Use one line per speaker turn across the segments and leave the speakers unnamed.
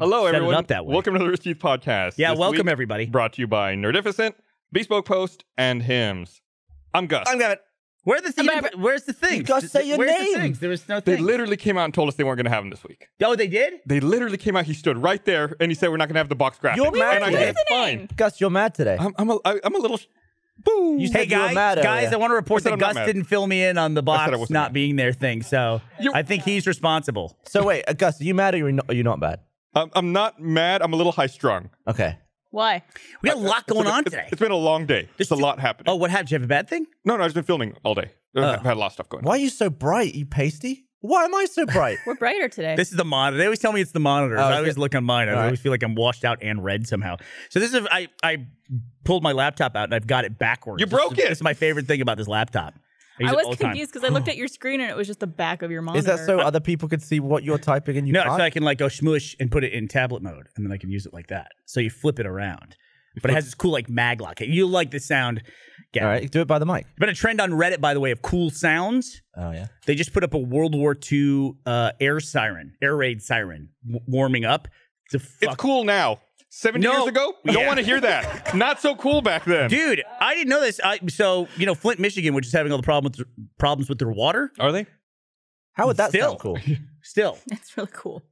Hello,
set
everyone.
it up that way.
Welcome to the Rich Teeth Podcast.
yeah,
This
welcome
week
everybody.
Brought to you by Nerdificent, Bespoke Post, and Hymns. I'm Gus.
I'm Gavin.
Where the
I'm
even,
back.
where's the thing?
You gotta say your
where's
name.
The things? There was no
they
thing.
literally came out and told us they weren't going to have him this week.
oh, they did.
They literally came out. He stood right there and he said, "We're not going to have the box graphic."
You're mad
and I
today.
said, "Fine."
Gus, you're mad today.
I'm, I'm, a, I, I'm a little. Sh- Boo.
You said
Hey
you were
guys,
mad earlier.
guys, I want to
I
report
said
that
I'm not
uh, Gus
mad.
didn't fill me in on the box
I wasn't
not
mad.
being their thing, so
You-
I think he's responsible.
so wait, uh, Gus, are you mad or you're not, are you not mad?
I'm, I'm not mad. I'm a little high strung.
Okay.
Why?
We got a lot going on today.
It's been a long day. There's a lot happening.
Oh, Uh. what happened? Did you have a bad thing?
No, no, I've just been filming all day. I've had a lot of stuff going. on.
Why are you so bright? You pasty? Why am I so bright?
We're brighter today.
This is the monitor. They always tell me it's the monitor.
Oh,
I
is
always
it?
look on mine. I
All right.
always feel like I'm washed out and red somehow. So this is I I pulled my laptop out and I've got it backwards.
You
This
broke
is-
it!
This is my favorite thing about this laptop. use
I
it
was
all the time.
confused because I looked at your screen and it was just the back of your monitor.
Is that so other people could see what you're typing and you
No,
can't?
so I can like go smush and put it in tablet mode, and then I can use it like that. So you flip it around, but it has this cool like mag lock. You like the sound? Yeah.
All right, do it by the mic.
Been a trend on Reddit, by the way, of cool sounds.
Oh yeah.
They just put up a World War II uh, air siren, air raid siren, w- warming up. It's a
It's
fuck-
cool now. 70
No.
years ago, we don't
Yeah.
want to hear that. Not so cool back then.
Dude, I didn't know this. I, so you know, Flint, Michigan, which is having all the problems problems with their water.
Are they?
How would that
Still.
sound cool?
Still,
That's really cool.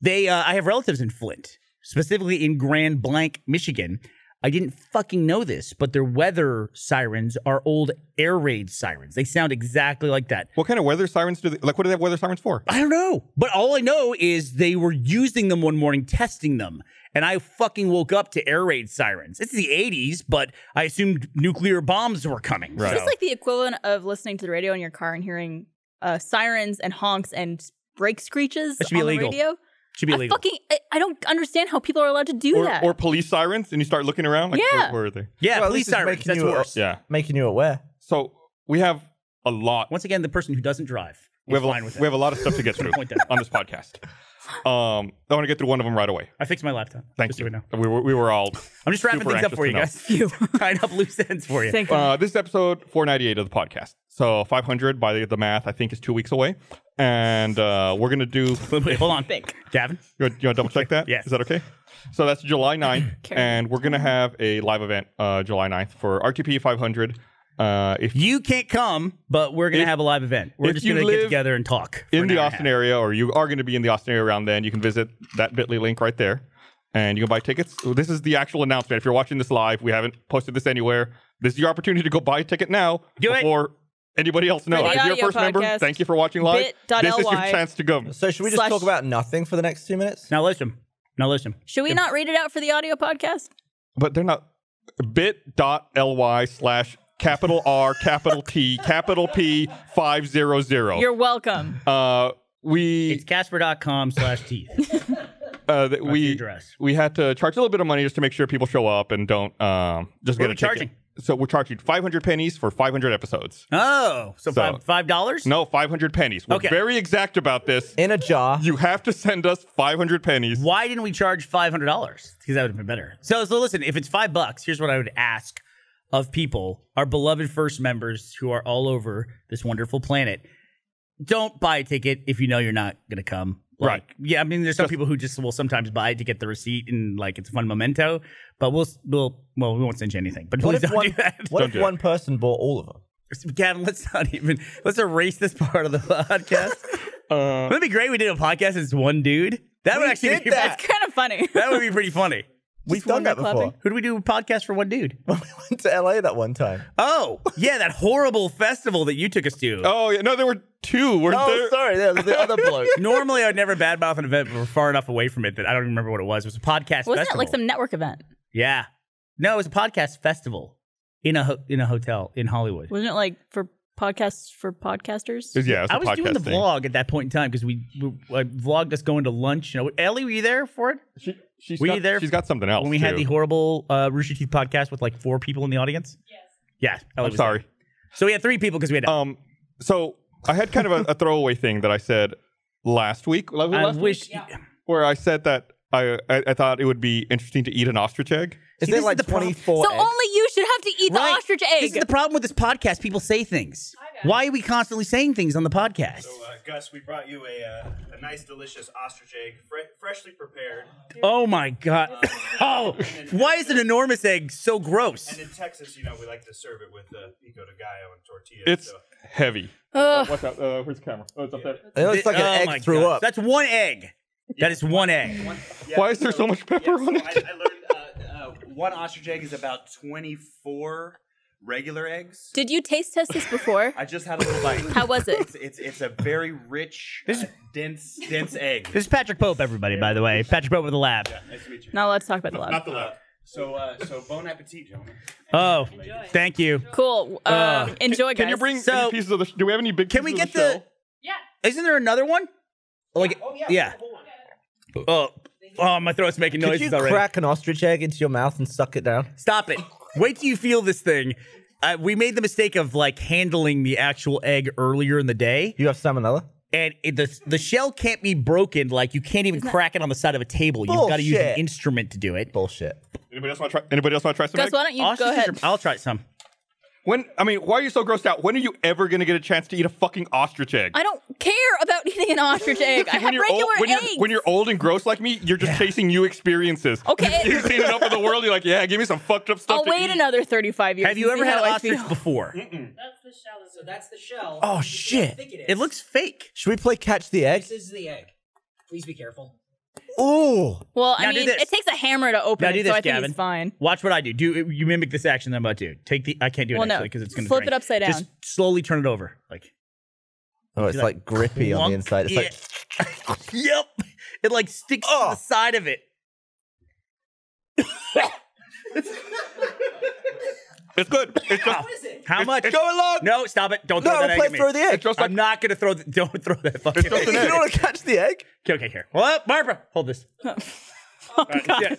they uh, I have relatives in Flint, specifically in Grand Blanc, Michigan. I didn't fucking know this, but their weather sirens are old air raid sirens. They sound exactly like that.
What kind of weather sirens do they like? What are they have weather sirens for?
I don't know, but all I know is they were using them one morning, testing them, and I fucking woke up to air raid sirens. It's the '80s, but I assumed nuclear bombs were coming.
Right.
It's
so-
just like the equivalent of listening to the radio in your car and hearing uh, sirens and honks and brake screeches
That should be
on
illegal.
the radio.
should be
I
illegal.
fucking I, I don't understand how people are allowed to do
Or,
that.
or police sirens, and you start looking around. Like,
Yeah.
where, where are they?
yeah,
Well, at
police
least it's
sirens.
making
That's
you a-
worse.
Yeah.
Making you aware.
So we have a lot.
Once again, the person who doesn't drive is
we have a,
fine with it.
we have a lot of stuff to get through
Point that.
on this podcast. Um, I want to get through one of them right away.
I fixed my laptop.
Thank
just
you.
So we know.
we, were, we were all.
I'm just wrapping
Super
things up
anxious
for
to
you
know.
guys. Tying up loose ends for you.
Thank God.
Uh, this is episode 498 of the podcast. So 500 by the, the math, I think is two weeks away, and uh, we're gonna do.
Wait, wait, hold on.
Think.
Gavin?
You want, you want to double check that?
Yes.
Is that okay? So that's July 9th,
Okay.
and we're going to have a live event uh, July 9th for RTP 500. Uh, if
You can't come, but we're going to
If-
have a live event. We're
if
just
you
going to get
live
together and talk. for
in
an
the
hour and a
Austin
half.
area, or you are going to be in the Austin area around then, you can visit that bit.ly link right there, and you can buy tickets. So This is the actual announcement. If you're watching this live, we haven't posted this anywhere. This is your opportunity to go buy a ticket now
Do it.
before anybody else knows.
the
If you're a
audio
first member,
podcast,
thank you for watching live. This is your
bit.ly.
chance to go.
So should we just
Slash-
talk about nothing for the next two minutes?
Now listen. Now listen.
Should we not read it out for the audio podcast?
But they're not bit.ly slash capital R capital T capital P five zero
Oh.
zero.
You're welcome.
Uh
It's
we
casper.com slash teeth.
uh, th-
the
we
address.
we had to charge a little bit of money just to make sure people show up and don't um just get
What are
a
we
ticket.
charging?
So we're charging 500 pennies for 500 episodes.
Oh, so,
So-
five five dollars?
No, 500 pennies. We're
Okay.
very exact about this.
In a jar.
You have to send us 500 pennies.
Why didn't we charge five hundred dollars? Because that would have been better. So, so listen, if it's five bucks, here's what I would ask of people, our beloved first members who are all over this wonderful planet. Don't buy a ticket if you know you're not gonna come. Like,
Right.
Yeah, I mean, there's some people who just will sometimes buy to get the receipt and like it's a fun memento. But we'll we'll well we won't send you anything. But
What
please
if
don't
one,
do that.
what
Don't
if
do it.
one person bought all of them?
Gavin, let's not even let's erase this part of the podcast. Wouldn't it be great? if We did a podcast as one dude. That would
Uh. We
actually
did
be
that.
It's kind of funny.
that would be pretty funny.
We've
Just
done
one
that
guy
before.
clapping.
Who do we do a podcast for one dude?
When we went to LA that one time.
Oh, yeah, that horrible festival that you took us to.
Oh, yeah. No, there were two. Were
Oh,
there?
sorry, there was the other bloke.
Normally, I'd never badmouth an event, but we're far enough away from it that I don't even remember what it was. It was a podcast
Wasn't it
festival.
like some network event?
Yeah. No, it was a podcast festival in a ho- in a hotel in Hollywood.
Wasn't it like for podcasts for podcasters?
Yeah, it was a
I was
podcast
doing the
thing.
vlog at that point in time because we, we I vlogged us going to lunch. You know, Ellie, were you there for it?
She, she's
Were
got,
you there
She's got something else.
when we had the
too.
horrible uh, Rooster Teeth podcast with like four people in the audience? Yes. Yeah. Ellie
I'm
was there.
sorry.
So we had three people because we had.
Um, so I had kind of a, a throwaway thing that I said last week. was it
I
last week?
wish.
where I said that I, I I thought it would be interesting to eat an ostrich egg.
Is
this
it
is
like
the problem.
24
So
eggs?
only you should have to eat the
Right.
ostrich
This
egg.
is the problem with this podcast. People say things. Why are we constantly saying things on the podcast?
So, uh, Gus, we brought you a, uh, a nice, delicious ostrich egg, fre- freshly prepared.
Oh my god. oh, why is an enormous egg so gross?
And in Texas, you know, we like to serve it with uh, pico de gallo and tortillas.
It's
so.
heavy.
Ugh.
Watch out. Uh, where's the camera? Oh, it's up there.
It looks like an
Oh my
egg threw
gosh.
up.
That's one egg. That is one egg.
One-
Why is there so much pepper on
yeah, so
it?
I, I learned uh, uh, one ostrich egg is about 24 regular eggs.
Did you taste test this before?
I just had a little bite.
How was it?
It's, it's, it's a very rich, uh, dense, dense egg.
This is Patrick Pope, everybody, by the way. Patrick Pope with the lab.
Nice to meet you.
Not allowed to talk about the lab.
the lab.
So, uh, so bon appetit, gentlemen.
Oh,
Enjoy.
thank you.
Cool. Um,
Ugh.
enjoy, guys.
Can you bring
So-
big pieces of the? Do we have any big?
Can we
pieces
get
of the?
the.
shell?
Yeah.
Isn't there another one? Like, yeah. Oh, oh, my throat's making
Could
noises
you
already.
crack an ostrich egg into your mouth and suck it down?
Stop it. Wait till you feel this thing. Uh, we made the mistake of like handling the actual egg earlier in the day,
You have salmonella?
and it, the the shell can't be broken. Like you can't even crack it on the side of a table. You've got to use an
Bullshit.
instrument to do it.
Bullshit.
Anybody else want to try? Anybody else want to try some?
Gus,
egg?
why don't you go
Ostriches
ahead?
are- I'll try some.
When I mean, why are you so grossed out? When are you ever gonna get a chance to eat a fucking ostrich egg?
I don't care about eating an ostrich egg. I
See,
have
you're
regular
old, when
eggs.
you're when you're old and gross like me, you're just chasing new experiences.
Okay.
you've seen enough of the world. You're like, yeah, give me some fucked up stuff.
I'll
to eat.
wait another 35 years.
Have you
and
ever
see
had
how
an
I
ostrich
feel.
before?
That's the shell. So that's the shell.
Oh,
This is how
shit.
thick is.
It looks fake.
Should we play catch the egg?
This is the egg. Please be careful.
Ooh.
Well,
Now
I
do
mean,
this.
it takes a hammer to open
Now
it,
do
so
this,
I think
Gavin.
it's fine.
Watch what I do. Do you mimic this action that I'm about to do? Take the. I can't do it
Well, no.
actually because it's gonna
Flip
drink.
it upside
Just
down.
slowly turn it over. Like
Oh, it's
like,
like grippy on
clunk
the inside. It's like,
it. yep. It like sticks to the
Oh.
side of it.
It's good. It's just,
How much?
go along.
No, stop it! Don't throw
No,
that egg
play
at me.
throw the egg.
It's just like- I'm not gonna throw. The, don't throw that fucking.
just
egg.
an
You don't want to catch the egg?
Okay, okay, here. Well, Barbara, hold this.
Oh,
All right,
God.
yeah.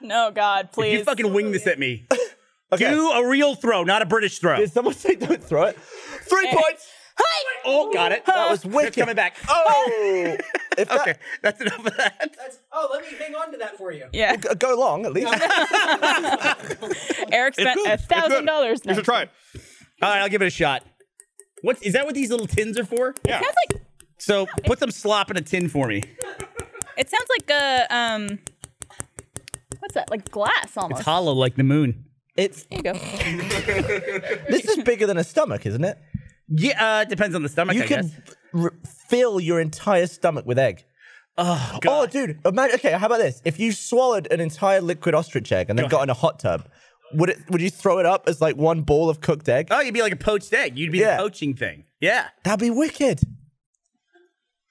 No, God,
If
please.
you fucking wing this at me,
Okay.
do a real throw, not a British throw.
Did someone say don't throw it? Three points.
Hey!
oh, got it.
That was wicked.
It's coming back.
Oh. If that,
Okay, that's enough of that.
That's. Oh, let me hang on to that for you.
Yeah,
Go- Go along, at least.
Eric spent
good.
a
It's good.
thousand dollars.
You should try it.
All right, I'll give it a shot. What is that? What these little tins are for?
Yeah.
Sounds like
So put some slop in a tin for me.
it sounds like a um, what's that? Like glass almost.
It's hollow like the moon.
It's
There you go.
this is bigger than a stomach, isn't it?
Yeah, uh, it depends on the stomach.
You
I
can
guess.
r- fill your entire stomach with egg.
Oh
Oh,
god.
dude, imagine. Okay, how about this? If you swallowed an entire liquid ostrich egg and then got in a hot tub, would it? Would you throw it up as like one ball of cooked egg?
Oh, you'd be like a poached egg. You'd be
Yeah.
the poaching thing. Yeah.
That'd be wicked.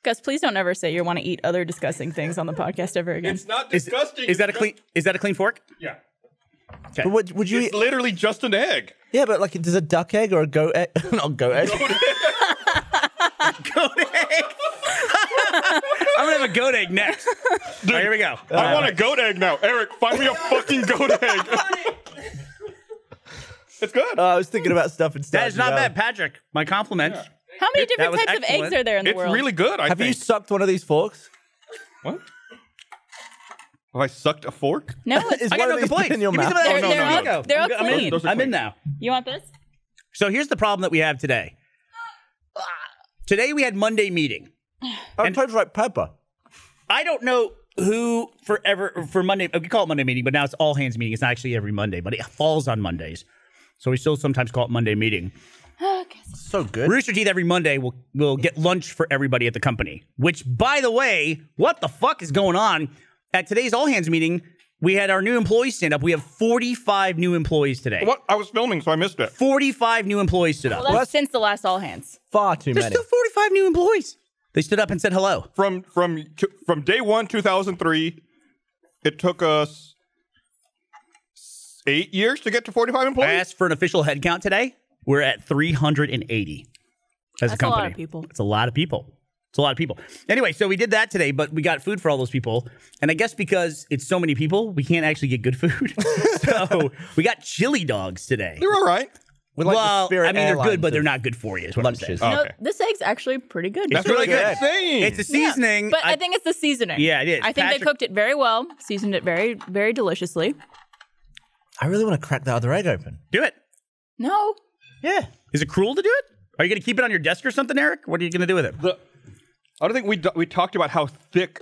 Gus, please don't ever say you want to eat other disgusting things on the podcast ever again.
It's not
Is-
disgusting.
Is that a clean? Is that a clean fork?
Yeah.
But would, would you?
It's
Eat,
literally just an egg.
yeah, but like, does a duck egg or a goat egg? Not goat egg.
Goat egg. I'm gonna have a goat egg next. All right, here we go.
I want a goat egg now. Eric, find me a fucking goat egg. it's good.
Oh, I was thinking about stuff instead.
That is not
you know.
bad, Patrick. My compliments.
How many
that
different
was
types of
excellent.
eggs are there in the
it's
world?
really good. I
Have you
think.
sucked one of these forks?
what? Have I sucked a fork?
no,
Is
it's,
I got
one
no
of these
complaints.
in your
Give me
mouth?
some of that
They're-
Eric
they're all-
Drago.
they're all
I'm go- I'm in.
clean.
Those are
I'm in
clean.
now.
you want this?
So here's the problem that we have today. Today we had Monday meeting.
I'm trying to write pepper.
I don't know who forever for Monday. We call it Monday meeting, but now it's all hands meeting. It's not actually every Monday, but it falls on Mondays, so we still sometimes call it Monday meeting.
So good.
Rooster Teeth every Monday will will get lunch for everybody at the company. Which, by the way, what the fuck is going on? At today's all hands meeting, we had our new employees stand up. We have 45 new employees today.
What? I was filming, so I missed it.
45 new employees stood up.
Well, that's since the last all hands.
Far too
There's
many.
still 45 new employees. They stood up and said hello.
From from from day one, two thousand three, it took us eight years to get to forty five
I
employees.
asked for an official headcount today. We're at 380 as a
That's a lot
company.
of people.
It's a lot of people. It's a lot of people. Anyway, so we did that today, but we got food for all those people. And I guess because it's so many people, we can't actually get good food. so we got chili dogs today.
They're all right.
We're like the
well, I
Spirit
mean, they're good,
Airlines
but they're
of
not good for you. Is what I'm
Lunches.
saying.
Oh,
No, this egg's actually pretty good.
That's
really
really good.
good.
It's a seasoning.
But I, think it's the seasoning.
Yeah, it is.
I think
Patrick-
they cooked it very well, seasoned it very, very deliciously.
I really want to crack that other egg open.
do it.
No,
Yeah.
Is it cruel to do it? Are you going to keep it on your desk or something, Eric? What are you going to do with it?
The, I don't think we d- we talked about how thick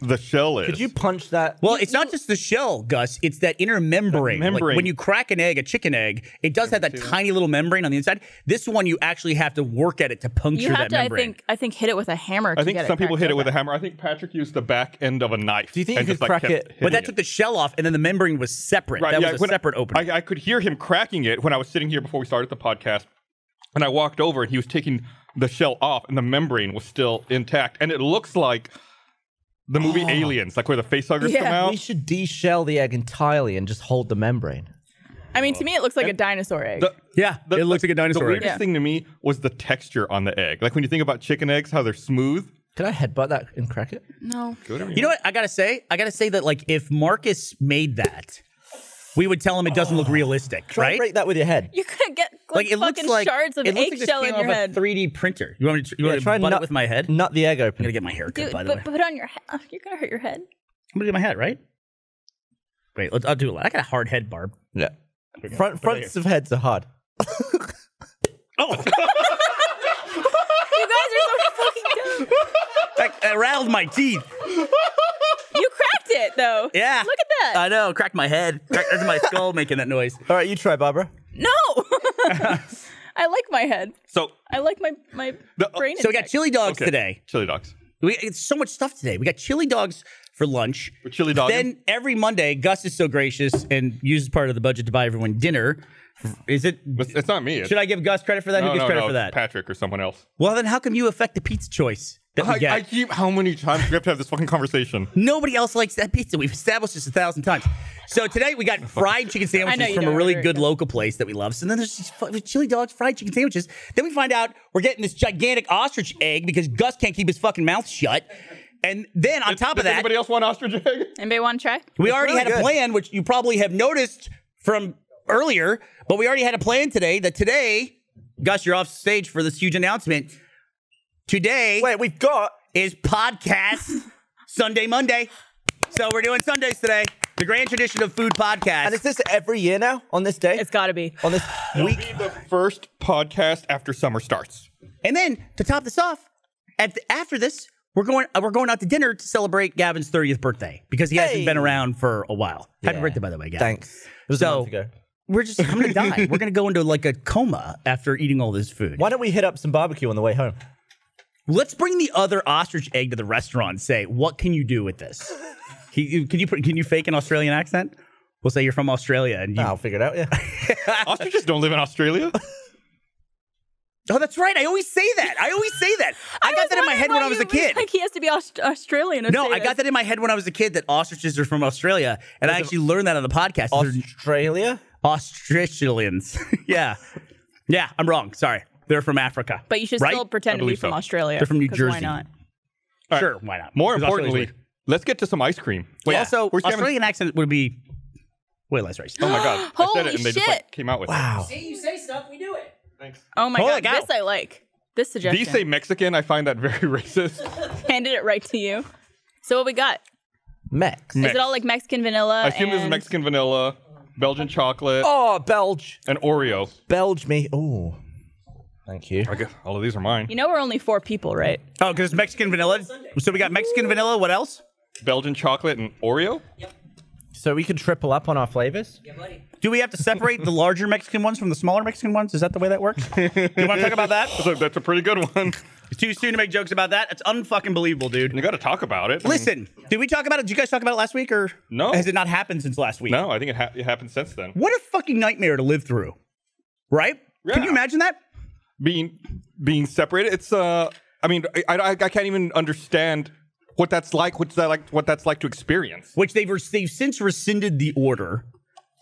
the shell is.
Could you punch that?
Well, it's not just the shell, Gus. It's that inner membrane. Like,
membrane.
when you crack an egg, a chicken egg, it does have that tiny little membrane on the inside. This one, you actually have to work at it to puncture
You have
that
to, I
membrane.
think, I think hit it with a hammer.
I think some people hit it with a hammer. I think Patrick used the back end of a knife. Do
you think you could crack it? But
but that took the shell off, and then the membrane was separate. that was a
when I-
separate opening.
I, I could hear him cracking it when I was sitting here before we started the podcast, and I walked over and he was taking the shell off, and the membrane was still intact, and it looks like the movie Aliens, like where the facehuggers
Yeah.
come out.
We should de-shell the egg entirely and just hold the membrane.
I mean, to me, it looks like a dinosaur egg.
The-
yeah,
the-
it looks like a
The
dinosaur. egg.
weirdest
Yeah.
thing to me was the texture on the egg. Like when you think about chicken eggs, how they're smooth.
Can I headbutt that and crack it?
no.
You know what? I gotta say, I gotta say that like if Marcus made that, we would tell him it doesn't look realistic,
Try and
right?
break that with your head.
You're gonna get Oh. like,
Like it looks
fucking
like
shards of
it looks like this
eggshell
came
in
off
your
a
head.
3D printer. You want me to, you
Yeah,
want me to
try and
butt
nut
it with my head? I'm
Nut the egg open.
gonna get my hair cut.
Dude,
by the way,
but put it on your head. Ugh, You're gonna hurt your head.
I'm gonna get my head right. Great, let's, I'll do it. I got a hard head, Barb.
Yeah. Front fronts of heads are hard.
Oh,
You guys are so fucking dumb.
that, that rattled my teeth.
You cracked it though.
Yeah,
Look at that.
I know, cracked my head. Cracked, that's my skull making that noise.
All right, you try, Barbara.
no. I like my head.
So
I like my my
The-
brain.
uh, So we got
intact.
chili dogs
okay.
today.
chili dogs.
We it's so much stuff today. We got chili dogs for lunch.
We're chili dogging.
Then every Monday, Gus is so gracious and uses part of the budget to buy everyone dinner. Is it?
But It's not me. It's,
Should I give Gus credit for that?
No,
Who gets
no,
credit
no,
for that?
Patrick or someone else.
Well, then how come you affect the pizza choice that we
I,
get?
I keep. How many times do we have to have this fucking conversation?
Nobody else likes that pizza. We've established this a thousand times. So today we got fried chicken
know
sandwiches
you
from a
don't
really
order it,
good
Gus.
local place that we love. So then there's these fu- chili dogs, fried chicken sandwiches. Then we find out we're getting this gigantic ostrich egg because Gus can't keep his fucking mouth shut. And then on top
Does
of that,
anybody else want ostrich egg?
Anybody want to try?
We already
really
had a
good.
plan, which you probably have noticed from earlier, but we already had a plan today that today, Gus, you're off stage for this huge announcement. Today
Wait, we've got.
is podcast Sunday, Monday. So we're doing Sundays today, the grand tradition of food
And is
podcast.
this every year now on this day?
It's gotta be.
on this week?
be the first podcast after summer starts.
And then to top this off, at the, after this, we're going uh, we're going out to dinner to celebrate Gavin's 30th birthday because he hasn't
Hey.
been around for a while. Happy birthday, by the way, Oh. Gavin.
Thanks. It was
So-
a month ago.
We're just I'm gonna die. We're gonna go into like a coma after eating all this food.
Why don't we hit up some barbecue on the way home?
Let's bring the other ostrich egg to the restaurant. And say, what can you do with this? He, you- can you put- can you fake an Australian accent? We'll say you're from Australia, and you,
I'll figure it out. Yeah.
Ostriches don't live in Australia.
oh, that's right. I always say that. I always say that. I, got
was
that in my head
wondering
when
why
I was
you
a kid.
Like he has to be Aust- Australian. to
no,
say
I got
this.
that in my head when I was a kid that ostriches are from Australia, and I actually learned that on the podcast. They're
Australia?
Australians. yeah, yeah. I'm wrong. Sorry, they're from Africa.
But you should
Right?
still
I
pretend to be
believe
from
so.
Australia.
They're from New
'cause Why
Jersey.
not?
sure, why not?
More
'Cause Australia's
importantly,
weird.
let's get to some ice cream. Wait,
also
where's Gavin?
Australian accent would be way less racist.
Oh my god! I said
Holy
it and they just like,
shit.
came out with
Wow.
See, you say stuff, we do it.
Oh my
Holy
god,
cow.
this I like. This
it.
suggestion.
These say Mexican. I find that very racist.
handed it right to you. So what we got?
Mex.
Is it all like Mexican vanilla?
I assume this is
and-
Mexican vanilla, Belgian chocolate,
Oh, Belge.
and Oreo.
Belge me. Oh. Thank you.
I guess all of these are mine.
You know we're only four people, right?
Oh, because it's Mexican vanilla. So we got Mexican vanilla. What else?
Belgian chocolate and Oreo.
So we can triple up on our flavors?
Yeah, buddy.
Do we have to separate the larger Mexican ones from the smaller Mexican ones? Is that the way that works? Do you want to talk about that?
That's a, that's a pretty good one.
It's too soon to make jokes about that. It's unfucking believable, dude.
You got to talk about it. I mean,
Listen, did we talk about it? Did you guys talk about it last week, or
No.
Has it not happened since last week?
no, I think it, ha- it happened since then.
What a fucking nightmare to live through, right? Can
Yeah.
you imagine that?
being being separated. It's uh, I mean, I, I, I can't even understand what that's like. What's that like? What that's like to experience?
Which they've res- they've since rescinded the order,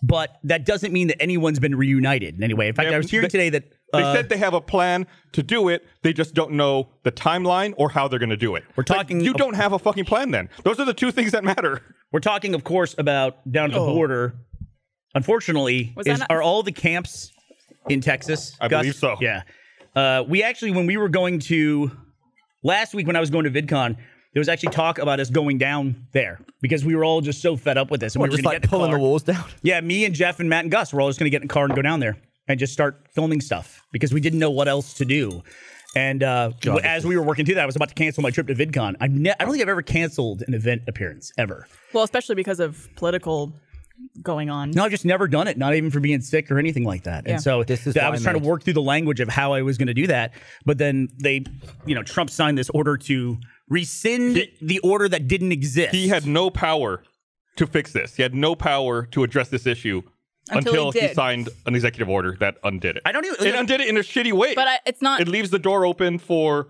but that doesn't mean that anyone's been reunited in any way. In fact,
Yeah,
I was hearing
they-
today that
They
uh,
said they have a plan to do it. They just don't know the timeline or how they're going to do it. We're
talking
you
ab-
don't have a fucking plan. Then those are the two things that matter.
We're talking, of course, about down at
Oh.
the border. Unfortunately,
Was that
is,
not-
are all the camps in Texas?
I believe so.
Yeah. Uh, we actually, when we were going to last week, when I was going to VidCon, there was actually talk about us going down there because we were all just so fed up with this. And
Or
we were
just
gonna
like
get in
pulling
car.
the walls down?
Yeah, me and Jeff and Matt and Gus were all just going to get in the car and go down there. and just start filming stuff because we didn't know what else to do. And uh,
God,
as we were working through that, I was about to cancel my trip to VidCon. I, ne- I don't think I've ever canceled an event appearance ever.
Well, especially because of political going on.
No, I've just never done it, not even for being sick or anything like that.
Yeah.
And so
This is
th- I
why
was
I
trying to
made-
work through the language of how I was going to do that. But then they, you know, Trump signed this order to rescind the order that didn't exist.
He had no power to fix this. He had no power to address this issue
Until he
until, he,
did.
signed an executive order that undid it.
I don't even-
It undid it in a shitty way.
But I, it's not.
it leaves the door open for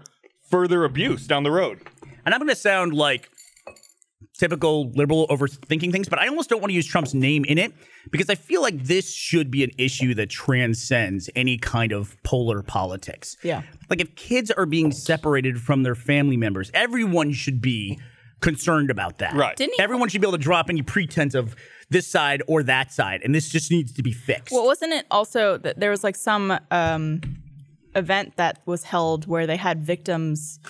further abuse down the road.
and I'm going to sound like typical liberal overthinking things, but I almost don't want to use Trump's name in it because I feel like this should be an issue that transcends any kind of polar politics.
Yeah.
Like if kids are being separated from their family members, everyone should be concerned about that.
Right.
Didn't he-
everyone should be able to drop any pretense of this side or that side, and this just needs to be fixed.
Well, wasn't it also that there was like some um, event that was held where they had victims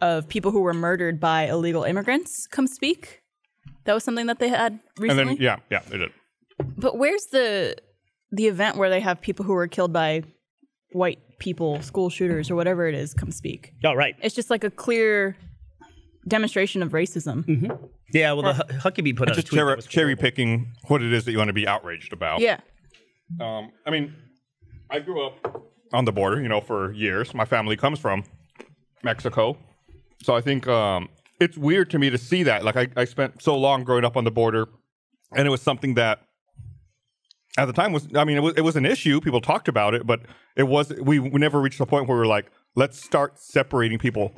of people who were murdered by illegal immigrants come speak? That was something that they had
And
recently.
then yeah, yeah, it did.
But where's the the event where they have people who were killed by white people, school shooters, or whatever it is, come speak?
All right.
It's just like a clear demonstration of racism.
Mm-hmm.
Yeah. Well, the Hu- Huckabee put out a
Just
tweet. that
cherry,
was
cherry
horrible.
picking what it is that you want to be outraged about.
Yeah.
Um, I mean, I grew up on the border, you know, for years. My family comes from Mexico. So I think um, it's weird to me to see that. Like, I, I spent so long growing up on the border, and it was something that at the time was, I mean, it was, it was an issue. People talked about it, but it was, we, we never reached the point where we were like, let's start separating people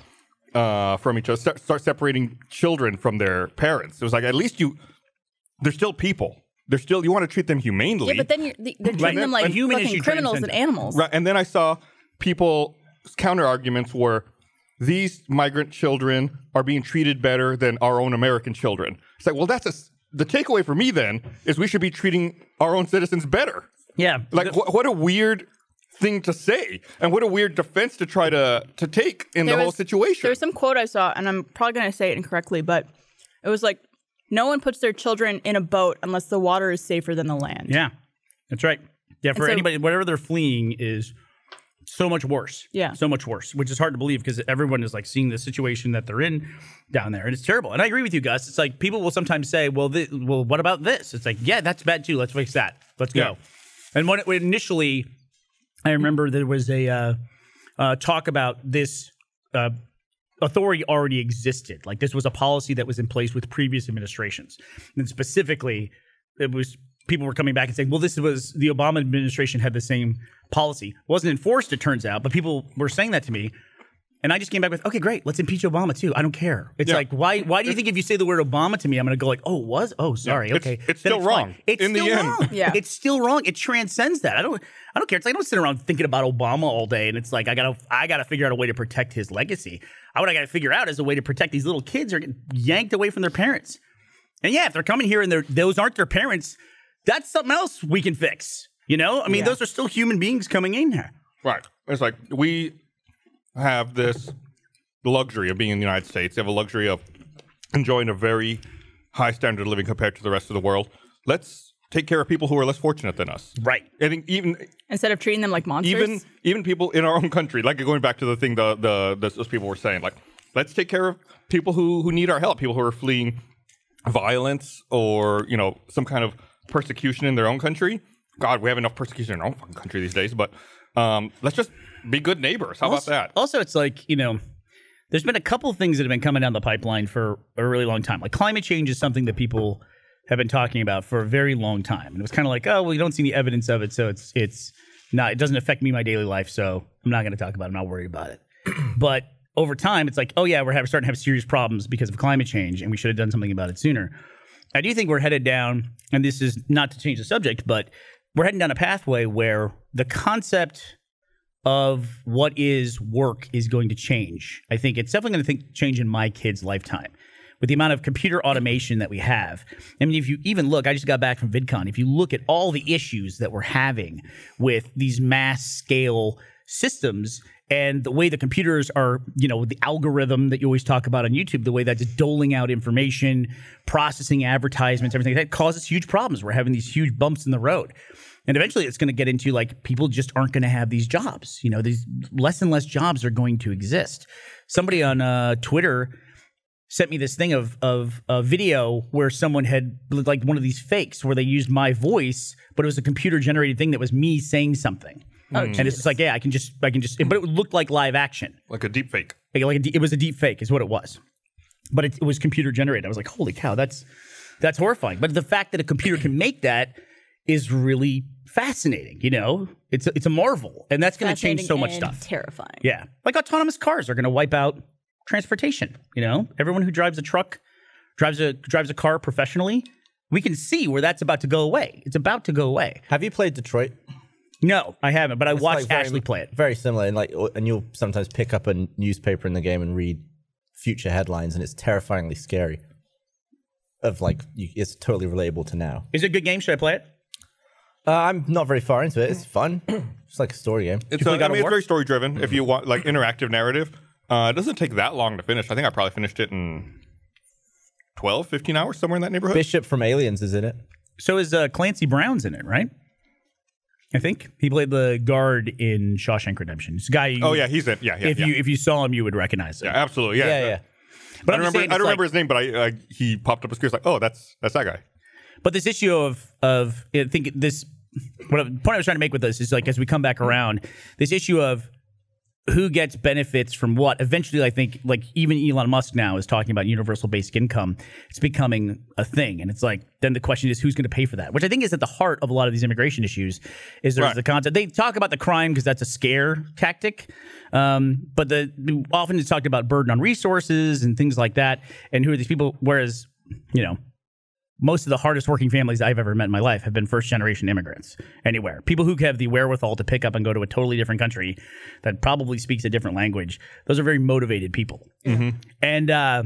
uh, from each other, start, start separating children from their parents. It was like, at least you, they're still people. They're still, you want to treat them humanely.
Yeah, but then you're, they're treating
Right.
them like
A human issue
fucking criminals and
transcends-
animals.
Right, and then I saw people counter arguments were these migrant children are being treated better than our own American children. It's like, well, that's a s the takeaway for me then is we should be treating our own citizens better.
Yeah.
Like, wh- what a weird thing to say, and what a weird defense to try to to take in the
There
whole
was- There
situation.
was some quote I saw, and I'm probably going to say it incorrectly, but it was like, no one puts their children in a boat unless the water is safer than the land.
Yeah, that's right. Yeah, for
so-
anybody, whatever they're fleeing is so much worse.
Yeah.
so much worse, which is hard to believe because everyone is like seeing the situation that they're in down there, and it's terrible. And I agree with you, Gus. It's like people will sometimes say, "Well, thi- well, what about this?" It's like, "Yeah, that's bad too. Let's fix that. Let's go." And when, it, when initially, I remember there was a uh, uh, talk about this. Uh, authority already existed. Like this was a policy that was in place with previous administrations. And specifically, it was people were coming back and saying, "Well, this was the Obama administration had the same policy. wasn't enforced, it turns out, but people were saying that to me." And I just came back with, okay, great. Let's impeach Obama too. I don't care. It's
Yeah.
like, why? Why do you think if you say the word Obama to me, I'm going to go like, oh, was? Oh, sorry.
it's-
okay.
it's
Then
still
fine.
wrong
It's
in the
still
end.
wrong.
Yeah.
It's still wrong. It transcends that. I don't. I don't care. It's like I don't sit around thinking about Obama all day, and it's like I gotta. I gotta figure out a way to protect his legacy. I, what I gotta figure out is a way to protect these little kids who are getting yanked away from their parents. And yeah, if they're coming here and they're, those aren't their parents, that's something else we can fix. You know, I mean, those are still human beings coming in here.
Right. It's like we have this luxury of being in the United States. We have a luxury of enjoying a very high standard of living compared to the rest of the world. Let's take care of people who are less fortunate than us.
Right.
I think even
Instead of treating them like monsters.
even even people in our own country, like going back to the thing the the, the those people were saying, like let's take care of people who who need our help, people who are fleeing violence or you know some kind of persecution in their own country. God, we have enough persecution in our own fucking country these days, but um, let's just be good neighbors. How about
also,
that?
Also, it's like, you know, there's been a couple things that have been coming down the pipeline for a really long time. Like climate change is something that people have been talking about for a very long time. And it was kind of like, oh, well, you don't see any evidence of it, so it's it's not it doesn't affect me in my daily life, so I'm not going to talk about it. I'm not worried about it. but over time, it's like, oh yeah, we're have, starting to have serious problems because of climate change, and we should have done something about it sooner. I do think we're headed down, and this is not to change the subject, but we're heading down a pathway where the concept of what is work is going to change. I think it's definitely going to think, change in my kids' lifetime with the amount of computer automation that we have. I mean, if you even look, I just got back from VidCon. If you look at all the issues that we're having with these mass scale systems, and the way the computers are, you know, the algorithm that you always talk about on YouTube, the way that's doling out information, processing advertisements, everything like that causes huge problems. We're having these huge bumps in the road. And eventually it's going to get into like people just aren't going to have these jobs. You know, these less and less jobs are going to exist. Somebody on uh, Twitter sent me this thing of of a video where someone had like one of these fakes where they used my voice, but it was a computer generated thing that was me saying something. and it's just like, yeah, I can just, I can just, but it looked like live action.
like a deep fake.
Like, like a de- it was a deep fake, is what it was. But it, it was computer generated. I was like, holy cow, that's that's horrifying. But the fact that a computer can make that is really fascinating. You know, it's a, it's a marvel, and that's going to change
Fascinating
so much
and
stuff.
Terrifying.
Yeah. Like autonomous cars are going to wipe out transportation, you know? Everyone who drives a truck, drives a drives a car professionally, we can see where that's about to go away. It's about to go away.
Have you played Detroit?
No, I haven't, but I
It's
watched
like very-
Ashley play it.
Very similar, and like, and you'll sometimes pick up a n- newspaper in the game and read future headlines, and it's terrifyingly scary. Of like, you, it's totally relatable to now.
Is it a good game? Should I play it?
Uh, I'm not very far into it. It's fun. it's like a story game.
It's
play
uh, I
God of
mean, it's
War?
very story driven. If you want like interactive narrative, uh, it doesn't take that long to finish. I think I probably finished it in 12, 15 hours, somewhere in that neighborhood.
Bishop from Aliens is in it.
So is uh, Clancy Brown's in it, right? I think he played the guard in Shawshank Redemption. It's a guy.
Oh yeah, he's in. Yeah, yeah,
if
yeah.
you if you saw him, you would recognize him.
yeah absolutely. Yeah,
Yeah, yeah.
But
I
I'm
don't
just
remember.
saying
I
it's
don't
like-
remember his name, but I, I he popped up as curious. Like, oh, that's that's that guy.
But this issue of of I think this what I- the point I was trying to make with this is like as we come back around, this issue of who gets benefits from what. Eventually, I think like even Elon Musk now is talking about universal basic income. It's becoming a thing, and it's like then the question is who's going to pay for that, which I think is at the heart of a lot of these immigration issues. Is there's
Right.
the concept they talk about the crime because that's a scare tactic, um, but the often it's talked about burden on resources and things like that, and who are these people? Whereas you know most of the hardest working families I've ever met in my life have been first generation immigrants anywhere. People who have the wherewithal to pick up and go to a totally different country that probably speaks a different language. Those are very motivated people. And uh,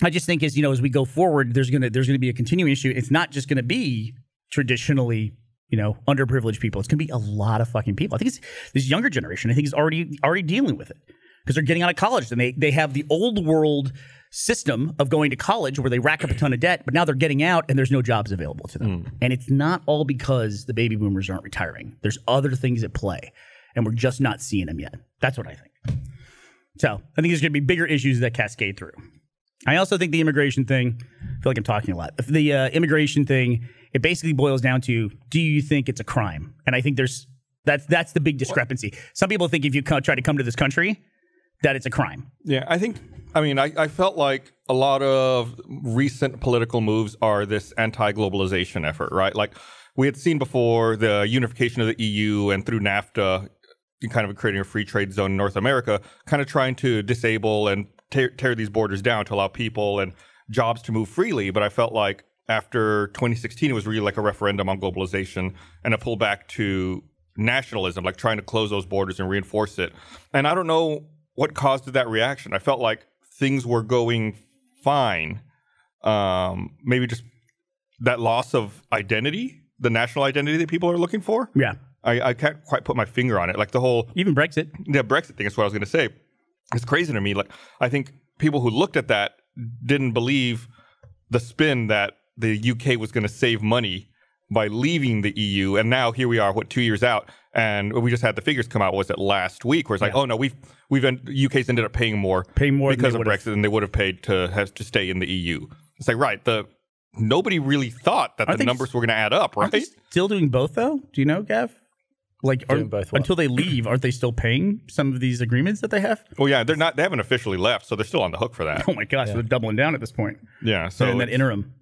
I just think as you know, as we go forward, there's gonna there's gonna be a continuing issue. It's not just gonna be traditionally, you know, underprivileged people. It's gonna be a lot of fucking people. I think it's this younger generation. I think is already already dealing with it because they're getting out of college and they they have the old world system of going to college where they rack up a ton of debt, but now they're getting out and there's no jobs available to them. And it's not all because the baby boomers aren't retiring. There's other things at play, and we're just not seeing them yet. That's what I think. So I think there's going to be bigger issues that cascade through. I also think the immigration thing, I feel like I'm talking a lot. If The uh, immigration thing, it basically boils down to do you think it's a crime? And I think there's that's that's the big discrepancy. Some people think if you co- try to come to this country, that it's a crime.
Yeah, I think. I mean, I, I felt like a lot of recent political moves are this anti-globalization effort, right? Like we had seen before the unification of the EU and through NAFTA, you kind of creating a free trade zone in North America, kind of trying to disable and tear, tear these borders down to allow people and jobs to move freely. But I felt like after 2016, it was really like a referendum on globalization and a pullback to nationalism, like trying to close those borders and reinforce it. And I don't know what caused that reaction. I felt like things were going fine. Um, maybe just that loss of identity, the national identity that people are looking for.
Yeah.
I, I can't quite put my finger on it. Like the whole
Even Brexit.
the Brexit thing is what I was going to say. It's crazy to me. Like I think people who looked at that didn't believe the spin that the UK was going to save money by leaving the EU, and now here we are, what two years out, and we just had the figures come out. Was it last week? Where it's like, oh no, we've we've en- UK's ended up paying more,
Paying more than
because
they
of
would've-
Brexit than they would have paid to have to stay in the EU. It's like right, the nobody really thought that
Aren't
the
they
numbers
just-
were going to add up,
Aren't they
right?
still doing both though? Do you know, Gav? Like are,
Doing both what?
until they leave, aren't they still paying some of these agreements that they have?
Well, Oh, yeah, they're not. They haven't officially left, so they're still on the hook for that.
Oh my gosh, they're doubling down at this point.
Yeah, so
So in that
it's-
interim.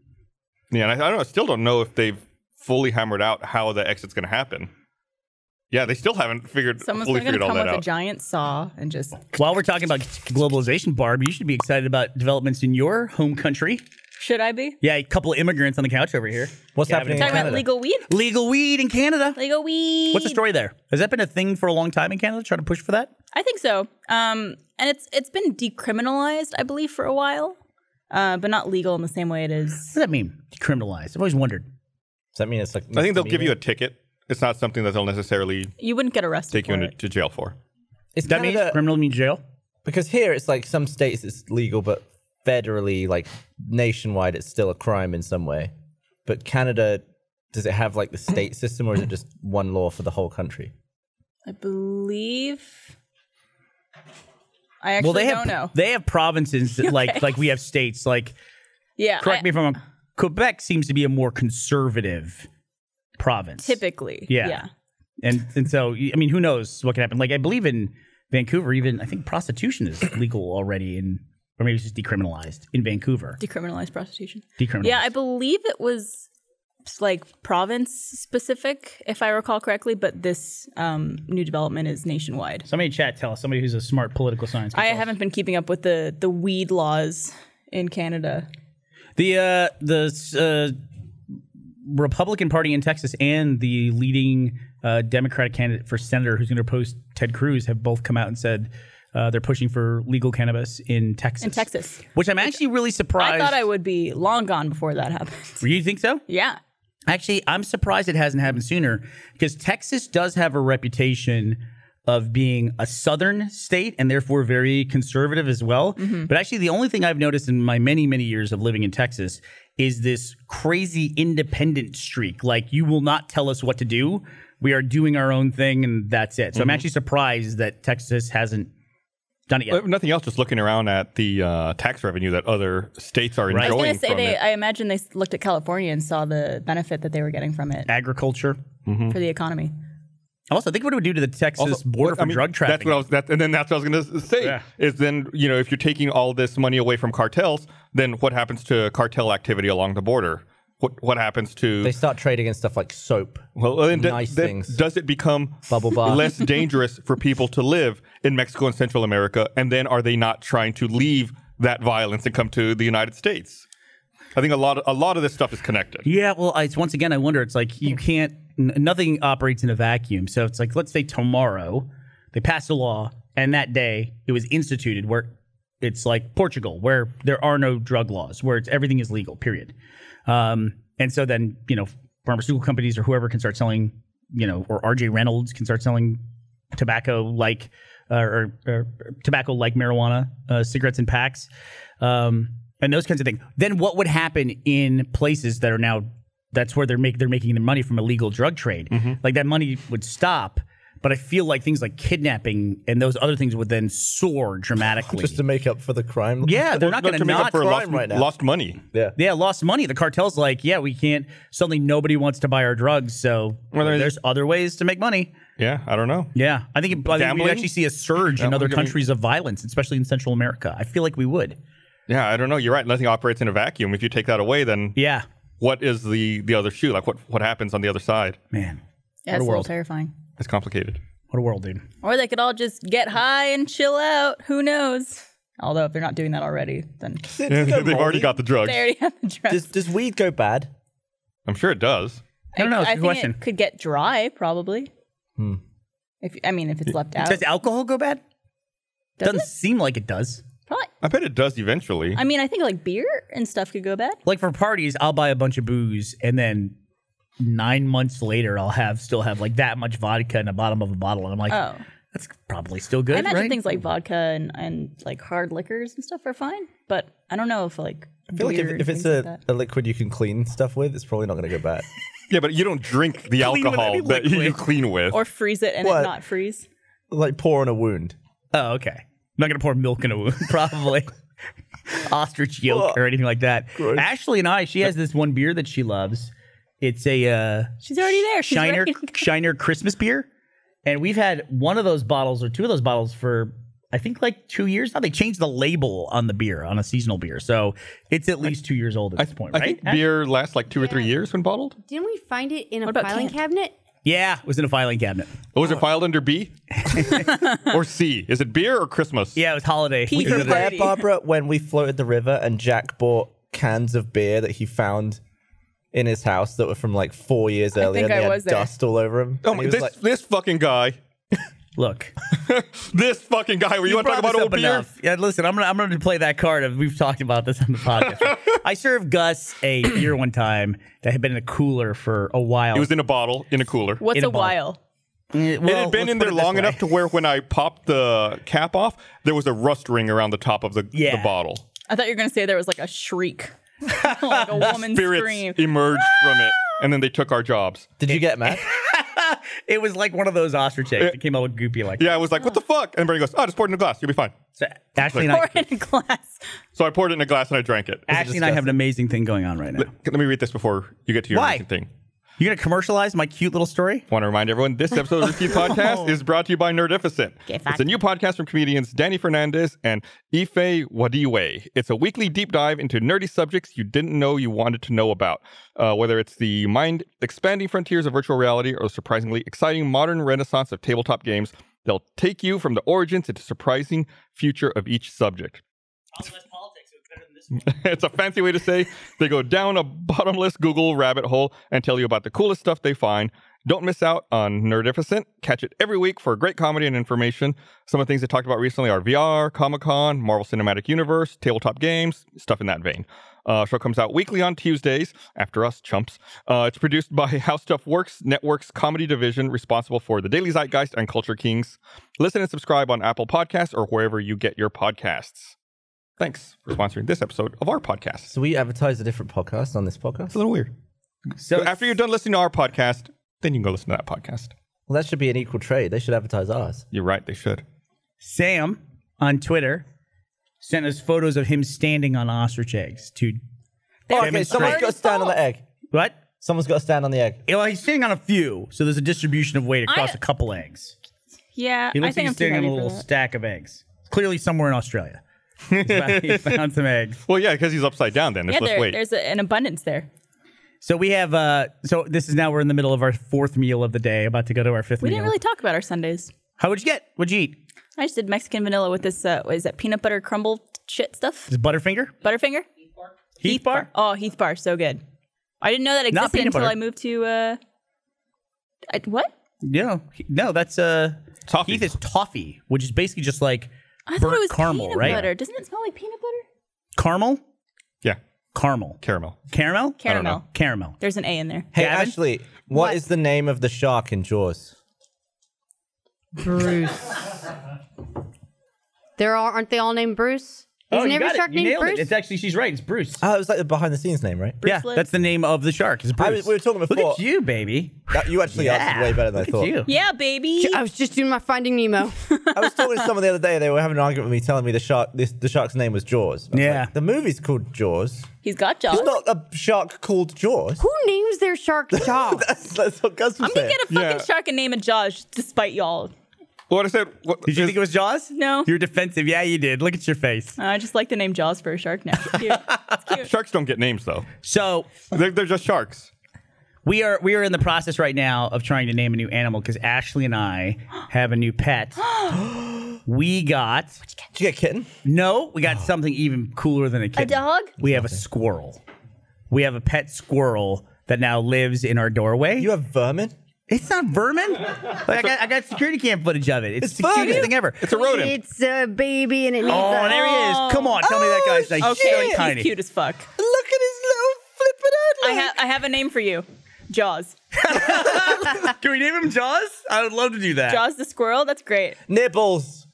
Yeah, and I, I don't, I still don't know if they've fully hammered out how the exit's going to happen. Yeah, they still haven't figured
Someone's
fully
going to
figured all
come with
that
a
out.
giant saw and just.
While we're talking about globalization, Barb, you should be excited about developments in your home country.
Should I be
Yeah, a couple of immigrants on the couch over here.
What's
Yeah,
happening in
talking
Canada?
about legal weed?
Legal weed in Canada.
Legal weed.
What's the story there? Has that been a thing for a long time in Canada? Trying to push for that?
I think so. Um, and it's it's been decriminalized, I believe, for a while, uh, but not legal in the same way it is.
What does that mean? Decriminalized. I've always wondered.
Does that mean it's like?
I think they'll give you a ticket. It's not something that they'll necessarily
You wouldn't get arrested.
take you
for
into
it.
to jail for.
It's
That means
Canada,
criminal means jail.
because here it's like some states it's legal, but federally, like nationwide, it's still a crime in some way. But Canada, does it have like the state system, or is it just one law for the whole country?
I believe. I actually
Well, they have
don't know.
they have provinces that, like
Okay.
like we have states. Like
yeah,
correct
I-
me if I'm wrong. Quebec seems to be a more conservative province.
typically.
Yeah.
yeah.
And and so y- I mean, who knows what could happen? Like I believe in Vancouver, even I think prostitution is legal already, in or maybe it's just decriminalized in Vancouver.
Decriminalized prostitution.
Decriminalized.
Yeah, I believe it was like province specific, if I recall correctly, but this um, new development is nationwide.
somebody in chat tell us. Somebody who's a smart political science.
I
consultant.
haven't been keeping up with the the weed laws in Canada.
The uh, the uh, Republican Party in Texas and the leading uh, Democratic candidate for senator who's going to oppose Ted Cruz have both come out and said uh, they're pushing for legal cannabis in Texas.
In Texas.
which I'm actually really surprised.
I thought I would be long gone before that happened.
You think so?
yeah.
Actually, I'm surprised it hasn't happened sooner because Texas does have a reputation of being a southern state and therefore very conservative as well.
Mm-hmm.
But actually, the only thing I've noticed in my many, many years of living in Texas is this crazy independent streak. Like, you will not tell us what to do. We are doing our own thing and that's it. So
Mm-hmm.
I'm actually surprised that Texas hasn't done it yet.
If nothing else, just looking around at the uh, tax revenue that other states are
Right. I
I was
enjoying
going to say
from
they
it.
uh,
I imagine they looked at California and saw the benefit that they were getting from it
Agriculture.
for the economy.
Also, think what it would do to the Texas
Also,
border
what-
for
I mean,
drug trafficking.
That's what I was. That, and then that's what I was going to say.
Yeah.
Is then you know if you're taking all this money away from cartels, then what happens to cartel activity along the border? What what happens to
They start trading in stuff like soap.
well, then d-
nice
then
things.
Does it become
Bubble bath.
less dangerous for people to live in Mexico and Central America? And then are they not trying to leave that violence and come to the United States? I think a lot of, a lot of this stuff is connected.
Yeah, well, I- it's once again, I wonder. It's like you can't. N- nothing operates in a vacuum. So it's like, let's say tomorrow they pass a law, and that day it was instituted where it's like Portugal, where there are no drug laws, where it's everything is legal. Period. Um, and so then you know, pharmaceutical companies or whoever can start selling, you know, or RJ Reynolds can start selling tobacco like uh, or, or tobacco like marijuana, uh, cigarettes in packs, um, and those kinds of things. Then what would happen in places that are now that's where they're make they're making their money from illegal drug trade?
Mm-hmm.
Like that money would stop. But I feel like things like kidnapping and those other things would then soar dramatically.
Just to make up for the crime.
yeah, they're not
No,
going
to make
not
up for lost,
crime right now.
lost money.
Yeah.
yeah, lost money. The cartel's like, yeah, we can't. Suddenly, nobody wants to buy our drugs. So
Well, there's-
there's, other ways to make money.
Yeah, I don't know.
Yeah, I think, it, I think
Gambling?
we'd actually see a surge in
Yeah,
other
I mean-
countries of violence, especially in Central America. I feel like we would.
Yeah, I don't know. You're right. Nothing operates in a vacuum. If you take that away, then
Yeah,
what is the the other shoe? Like what what happens on the other side?
man,
Yeah, it's a little
world.
terrifying.
It's complicated.
what a world, dude.
Or they could all just get high and chill out. Who knows? Although if they're not doing that already, then
They've already got the drugs.
they already have the drugs.
Does, does weed go bad?
I'm sure it does.
I don't know. It's a
I
good
think
question.
it could get dry, probably. If I mean, if it's left out,
Does alcohol go bad?
does
Doesn't
it?
seem like it does.
Probably.
I bet it does eventually.
I mean, I think like beer and stuff could go bad.
Like for parties, I'll buy a bunch of booze, and then nine months later, I'll have still have like that much vodka in the bottom of a bottle, and I'm like,
Oh,
that's probably still
I
good,
imagine
right?
things like vodka and, and like hard liquors and stuff are fine, but I don't know if like.
I feel like if, if it's a, a liquid you can clean stuff with, it's probably not going to go bad.
yeah, but you don't drink the
with
alcohol
any
that you
liquid.
clean with.
or freeze it and
What?
it not freeze.
like pour on a wound.
Oh, okay. I'm not gonna pour milk in a wound, probably. Ostrich yolk or anything like that. Ashley and I, she has this one beer that she loves. It's a uh,
She's already there. She's
Shiner
ready to go.
Shiner Christmas beer, and we've had one of those bottles or two of those bottles for I think like two years now. They changed the label on the beer on a seasonal beer, so it's at least two years old at
I,
this point,
I
right?
think beer lasts like two or three years when bottled.
Didn't we find it in a
about
filing
canned?
cabinet?
yeah, it was in a filing cabinet.
Oh, was it filed under B or C? Is it beer or Christmas?
Yeah, it was holiday.
Pete
We-
Is
Your
it there,
party.
Barbara, when we floated the river and Jack bought cans of beer that he found in his house that were from like four years earlier and
think
they
I
had
was there.
dust all over him?
Oh
And
my,
he was
this
like-
this fucking guy.
Look,
This fucking guy. Where you, want to talk
brought
about
this
old
up
beer?
enough. Yeah, listen, I'm gonna I'm gonna play that card. Of, we've talked about this on the podcast. I served Gus a beer one time that had been in a cooler for a while.
It was in a bottle in a cooler.
What's
in
a,
a bottle.
while?
Eh, well,
it had been
let's
in
put
there
it this
long
way.
enough to where when I popped the cap off, there was a rust ring around the top of the, the
Yeah.
bottle.
I thought you were going to say there was like a shriek, like a woman
Spirits
scream.
emerged from it, and then they took our jobs.
Did you get mad?
It was like one of those ostrich eggs that came out with goopy like
Yeah, I was like, "What the fuck?" And Brady goes, "Oh, just pour it in a glass. You'll be fine."
So Ashley and
Pour
I,
it in a glass.
So I poured it in a glass and I drank it.
Ashley and I have an amazing thing going on right now.
Let me read this before you get to your
Why?
amazing thing.
You gonna commercialize my cute little story?
Want to remind everyone this episode of the Repeat Podcast is brought to you by Nerdificent. It's a new podcast from comedians Danny Fernandez and Ife Wadiwe. It's a weekly deep dive into nerdy subjects you didn't know you wanted to know about, uh, whether it's the mind expanding frontiers of virtual reality or the surprisingly exciting modern renaissance of tabletop games. They'll take you from the origins into surprising future of each subject. it's a fancy way to say they go down a bottomless Google rabbit hole and tell you about the coolest stuff they find. Don't miss out on Nerdificent. Catch it every week for great comedy and information. Some of the things they talked about recently are VR, Comic Con, Marvel Cinematic Universe, tabletop games, stuff in that vein. Uh, show comes out weekly on Tuesdays after us chumps. Uh, it's produced by How Stuff Works Network's comedy division, responsible for the Daily Zeitgeist and Culture Kings. Listen and subscribe on Apple Podcasts or wherever you get your podcasts. Thanks for sponsoring this episode of our podcast. It's
so we advertise a different podcast on this podcast.
a little weird.
So
But after you're done listening to our podcast, then you can go listen to that podcast.
Well, that should be an equal trade. They should advertise ours.
You're right, they should.
Sam on Twitter sent us photos of him standing on ostrich eggs to
They were
Okay, someone's got to stand on the egg.
what?
Someone's got to stand on the egg.
Well, he's standing on a few, so there's a distribution of weight across
I-
a couple eggs.
Yeah,
He looks
I
like
think
he's
I'm too
standing on
heavy
a
for
little
that.
stack of eggs. Clearly, somewhere in Australia, He's found- he found some eggs.
Well, yeah, because he's upside down then. There's
Yeah,
less
there-
weight.
there's a, an abundance there.
So we have. Uh, so this is now we're in the middle of our fourth meal of the day, about to go to our fifth
We
meal.
didn't really talk about our Sundays.
How would you get? What'd you eat?
I just did Mexican vanilla with this. Uh, what is that peanut butter crumble shit stuff?
Is it Butterfinger?
Butterfinger?
Heath, bar?
Oh, Heath bar, so good. I didn't know that
Not
existed
peanut
until
butter.
I moved to. Uh, I, what?
No, he- no, that's uh,
Toffee.
Heath is toffee, which is basically just like
I thought
burnt
it was
caramel,
peanut
right?
butter. Doesn't it smell like peanut butter?
Caramel,
yeah,
caramel,
caramel.
caramel,
Caramel.
caramel.
There's an A in there.
Hey,
Gavin?
Ashley,
What?
what is the name of the shark in Jaws?
Bruce. there are aren't they all named Bruce? Isn't
Oh, you
every
got it.
shark
You
named
nailed it.
Bruce?
It's actually she's right. It's Bruce.
Oh, it was like the behind the scenes name, right?
Uh, yeah,
Bruce Lip.
that's the name of the shark. Is Bruce.
I was- we were talking
Look
before-
at you, baby.
That- you actually answered way better than I
Look at
thought.
you.
Yeah, baby.
I was just doing my Finding Nemo.
I was talking to someone the other day. They were having an argument with me, telling me the shark, this, the shark's name was Jaws. I was
Yeah.
like, the movie's called Jaws.
He's got jaws.
It's not a shark called Jaws.
Who names their shark Jaws?
That's, that's what Gus was
I'm gonna
saying.
get a fucking
Yeah.
shark and name it Jaws, despite y'all.
What I said, what,
Did you think it was Jaws?
No.
You're defensive. Yeah, you did. Look at your face.
Uh, I just like the name Jaws for a shark now. It's cute.
sharks don't get names though.
So
They're, they're just sharks.
we are we are in the process right now of trying to name a new animal because Ashley and I have a new pet. we got
Did you get a kitten?
no, we got something even cooler than a kitten.
dog?
We have a squirrel. We have a pet squirrel that now lives in our doorway.
You have vermin?
it's not vermin. Like, I got I got security cam footage of it. It's,
It's
the cutest
vermin.
thing ever.
It's a rodent.
it's a baby and it needs
Oh,
a
there he is! Come on, tell me that guy's
Oh,
like
Okay,
really
he's
tiny.
cute as
Look
fuck.
at his little
I,
flippin'
ha- I have a name for you, Jaws.
Can we name him Jaws? I would love to do that.
Jaws the squirrel. That's great.
Nibbles.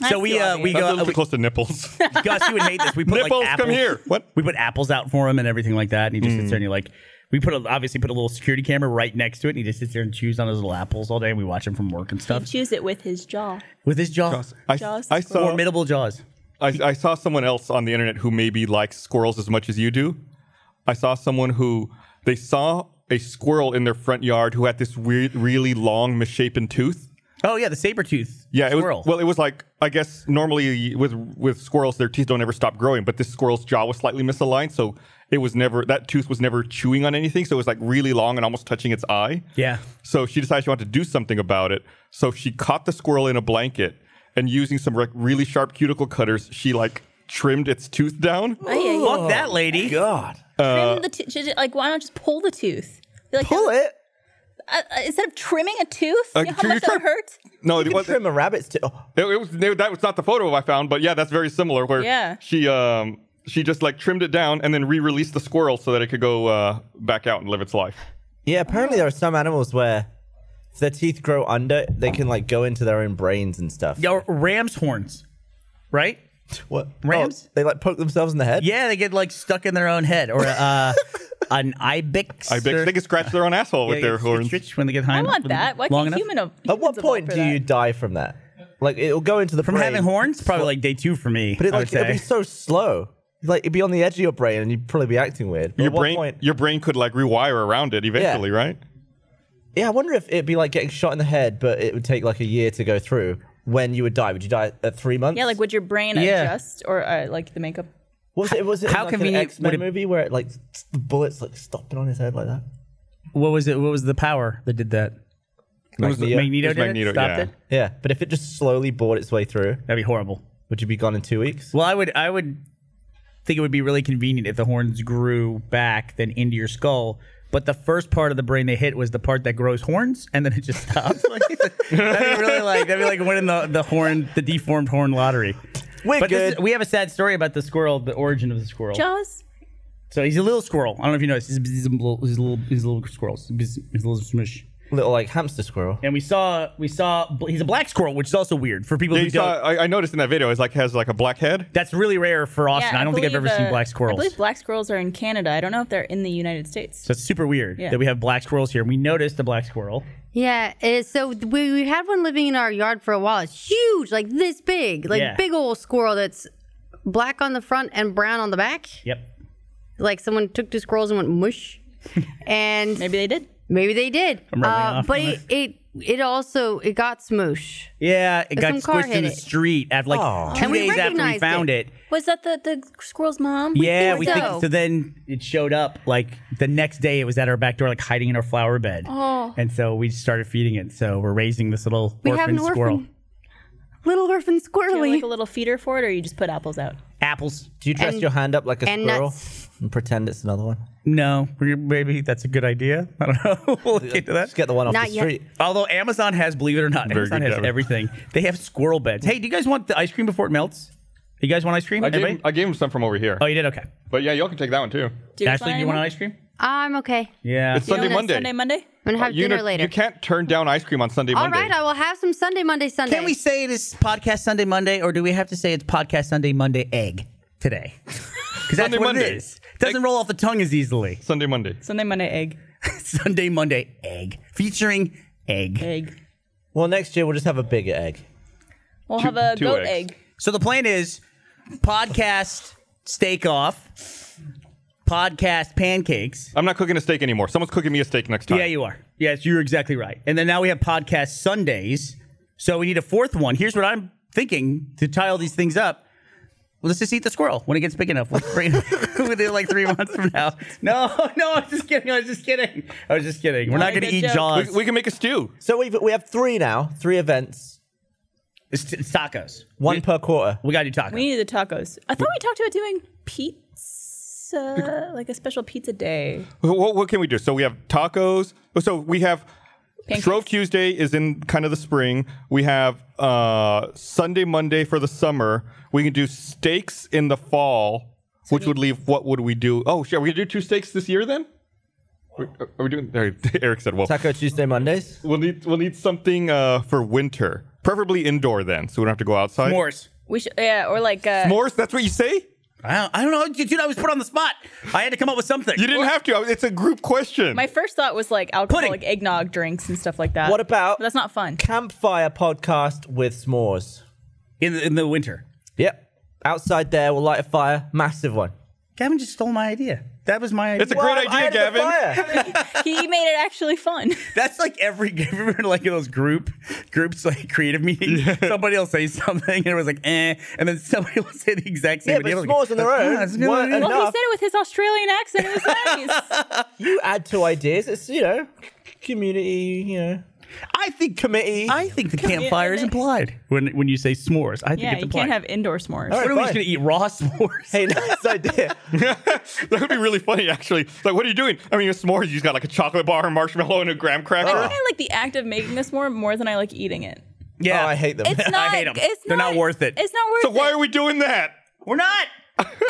That's
so we
too
uh,
obvious.
we
That's a
go
little too close to nipples.
Gus, you would hate this. We put
nipples,
like apples.
come here. Mm. What?
We put apples out for him and everything like that, and he just sits there and he like. We put a, obviously put a little security camera right next to it, and he just sits there and chews on his little apples all day. And we watch him from work and stuff
choose it with his jaw.
with his jaw,
I,
Jaws.
I saw
formidable jaws.
I, I saw someone else on the internet who maybe likes squirrels as much as you do. I saw someone who they saw a squirrel in their front yard who had this weird, really long, misshapen tooth.
Oh yeah, the saber tooth.
Yeah, it
squirrel.
was, well, it was like I guess normally with with squirrels, their teeth don't ever stop growing, but this squirrel's jaw was slightly misaligned, so it was never that tooth was never chewing on anything, so it was like really long and almost touching its eye.
Yeah.
So she decided she wanted to do something about it. So she caught the squirrel in a blanket and using some like, really sharp cuticle cutters, she like trimmed its tooth down. Oh,
fuck that lady.
God.
Oh,
Uh,
Trim the tooth. Just- Like, why not just pull the tooth? Be Like, "Oh,
Pull it.
uh, uh, instead of trimming a tooth,
Uh,
you know how
you
much
try-
that hurts?
No,
You
it
can
wasn't.
trim a rabbit's Oh. tail.
It, it was they- that was not the photo I found, but yeah, that's very similar. Where
Yeah.
she um she just like trimmed it down and then re-released the squirrel so that it could go uh, back out and live its life.
Yeah, apparently there are some animals where if their teeth grow under, they can like go into their own brains and stuff.
Yeah, or ram's horns, right?
What?
Rams?
Oh, they like poke themselves in the head?
Yeah, they get like stuck in their own head, or uh, an ibex.
I bet
or-
they can scratch their own asshole
Yeah,
with their
it's-
horns.
it's rich when they get high
I
enough-
want that. Why
long
can't
enough.
human? At
At what point do you die from that? Like it'll go into the
From
brain.
having horns, probably like day two for me.
But it,
I
like,
would
it'll be
say.
so slow. Like it'd be on the edge of your brain, and you'd probably be acting weird. But
your
at what
brain,
point-
your brain could like rewire around it eventually, right?
yeah, I wonder if it'd be like getting shot in the head, but it would take like a year to go through. When you would die? Would you die at three months?
Yeah, like would your brain
Yeah.
adjust or uh, like the makeup?
what was it? Was it
how
in, like,
convenient
an X Men
would it-
movie where it like the bullets like stopping on his head like that?
What was it? What was the power that did that?
was the-
Magneto?
It
Magneto
was
did
Magneto,
it. Stopped
yeah.
it.
Yeah, but if it just slowly bored its way through,
That'd be horrible.
would you be gone in two weeks?
Well, I would I would think it would be really convenient if the horns grew back then into your skull. But the first part of the brain they hit was the part that grows horns, and then it just stops. Like, that'd be really like that'd be like winning the, the horn the deformed horn lottery.
We're
But this
good.
is- we have a sad story about the squirrel, the origin of the squirrel.
Jaws.
So he's a little squirrel. I don't know if you noticed. He's, he's a little he's a little he's a little squirrel. He's, he's a little smush.
Little like hamster squirrel.
And we saw we saw he's a black squirrel, which is also weird for people
Yeah,
who
you
don't.
saw, I, I noticed in that video, it's like has like a black head.
That's really rare for Austin.
Yeah,
I don't think I've ever
believe,
seen
uh,
black
I
squirrels.
believe black squirrels are in Canada. I don't know if they're in the United States.
So it's super weird
Yeah.
that we have black squirrels here. We noticed the black squirrel.
Yeah, uh, so we, we had one living in our yard for a while. It's huge, like this big, like
Yeah.
big old squirrel that's black on the front and brown on the back.
Yep.
Like someone took two squirrels and went mush. and maybe,
Maybe they did.
they did. Uh,
I'm rubbing off
but
on
it, it it also it got smoosh.
Yeah, it got
Some car
squished in
hit
the
it.
street at like
Aw.
two
And we
days after we
recognized
found it.
it.
Was that the, the squirrel's mom?
Yeah,
think
we think
so.
so. Then it showed up like the next day. It was at our back door, like hiding in our flower bed.
Oh.
And so we started feeding it. So we're raising this little
We have
orphan
an
squirrel.
orphan. Little orphan
Do you have,
squirrely.
like a little feeder for it, or you just put apples out?
Apples.
Do you dress
And-
your hand up like a
and
squirrel
nuts.
and pretend it's another one?
No, we're- maybe that's a good idea. I don't know. we'll look into that.
Just get the one off
Not
the
yet.
street.
Although Amazon has, believe it or not,
Very
Amazon
good
has
job.
everything. They have squirrel beds. Hey, do you guys want the ice cream before it melts? You guys want ice cream?
I gave, him,
Everybody?
I gave him some from over here.
oh, you did. Okay.
But yeah, y'all can take that one too.
Do
Ashley, do you want
anyone?
ice cream?
I'm okay.
Yeah.
It's Sunday,
You want
Monday.
that Sunday, Monday.
I'm gonna have
Uh, you,
dinner
know-
later.
you can't turn down ice cream on Sunday,
All
Monday.
right, I will have some Sunday, Monday, Sunday.
Can we say it is podcast Sunday Monday, or do we have to say it's podcast Sunday Monday egg today? Because that's
Sunday,
what it
Monday.
is. Doesn't roll off the tongue as easily.
Sunday, Monday.
Sunday, Monday, egg,
Sunday Monday egg featuring egg.
egg.
Well, next year we'll just have a bigger egg.
We'll
Two-
have a
two
goat
eggs.
egg.
So the plan is podcast steak off, podcast pancakes.
I'm not cooking a steak anymore. Someone's cooking me a steak next time.
Yeah, you are. Yes, you're exactly right. And then now we have podcast Sundays. So we need a fourth one. Here's what I'm thinking to tie all these things up. Well, let's just eat the squirrel when it gets big enough. We'll bring we'll do it like three months from now. No, no, I'm just kidding. I was just kidding. I was just kidding. We're not
Not a
going to
good
eat
joke.
Jaws.
We, we can make a stew.
So we've, we have three now, three events,
it's, it's tacos.
one per quarter.
We got to do tacos.
We need the tacos. I thought we talked about doing pizza, like a special pizza day.
What, what can we do? So we have tacos. So we have
Pancakes.
Shrove Tuesday is in kind of the spring. We have uh, Sunday, Monday for the summer. We can do steaks in the fall, which would leave. What would we do? Oh, shit, are we gonna do two steaks this year then? Are, are we doing? there, Eric said, "Well,
Taco Tuesday, Mondays.
we'll need we'll need something uh, for winter, preferably indoor then, so we don't have to go outside."
S'mores.
We should, yeah, or like uh,
S'mores. That's what you say.
I don't, I don't know, dude. I was put on the spot. I had to come up with something.
You didn't have to. I- It's a group question.
My first thought was like alcoholic
Pudding.
eggnog drinks and stuff like that.
What about-
But that's not fun.
Campfire podcast with s'mores.
in the, in the winter.
Yep. Outside there, we'll light a fire. Massive one.
Gavin just stole my idea. That was my idea.
It's a great
I
idea,
had the
Gavin.
fire.
he made it actually fun.
That's like every remember like in those group groups like creative meetings. Somebody will say something and it was like eh, and then somebody will say the exact same.
Yeah,
idea.
but
Like,
s'mores on their own
"Ah, it's good."
weren't
well, he
enough.
said it with his Australian accent. It was nice.
You add two ideas. It's, you know, community, you know,
I think
committee.
I think the campfire is
in.
implied when when you say s'mores. I think
yeah,
it's
you
implied.
can't have indoor s'mores.
what are we just
fine.
gonna eat raw s'mores?
hey, nice idea.
that would be really funny, actually. It's Like, what are you doing? I mean, your s'mores. You just got like a chocolate bar, a marshmallow, and a graham cracker.
I think I like the act of making a s'more more than I like eating it.
yeah,
Oh, I hate them.
It's not.
I hate them.
It's
They're not worth it.
It's not worth
So why
it.
are we doing that?
We're not.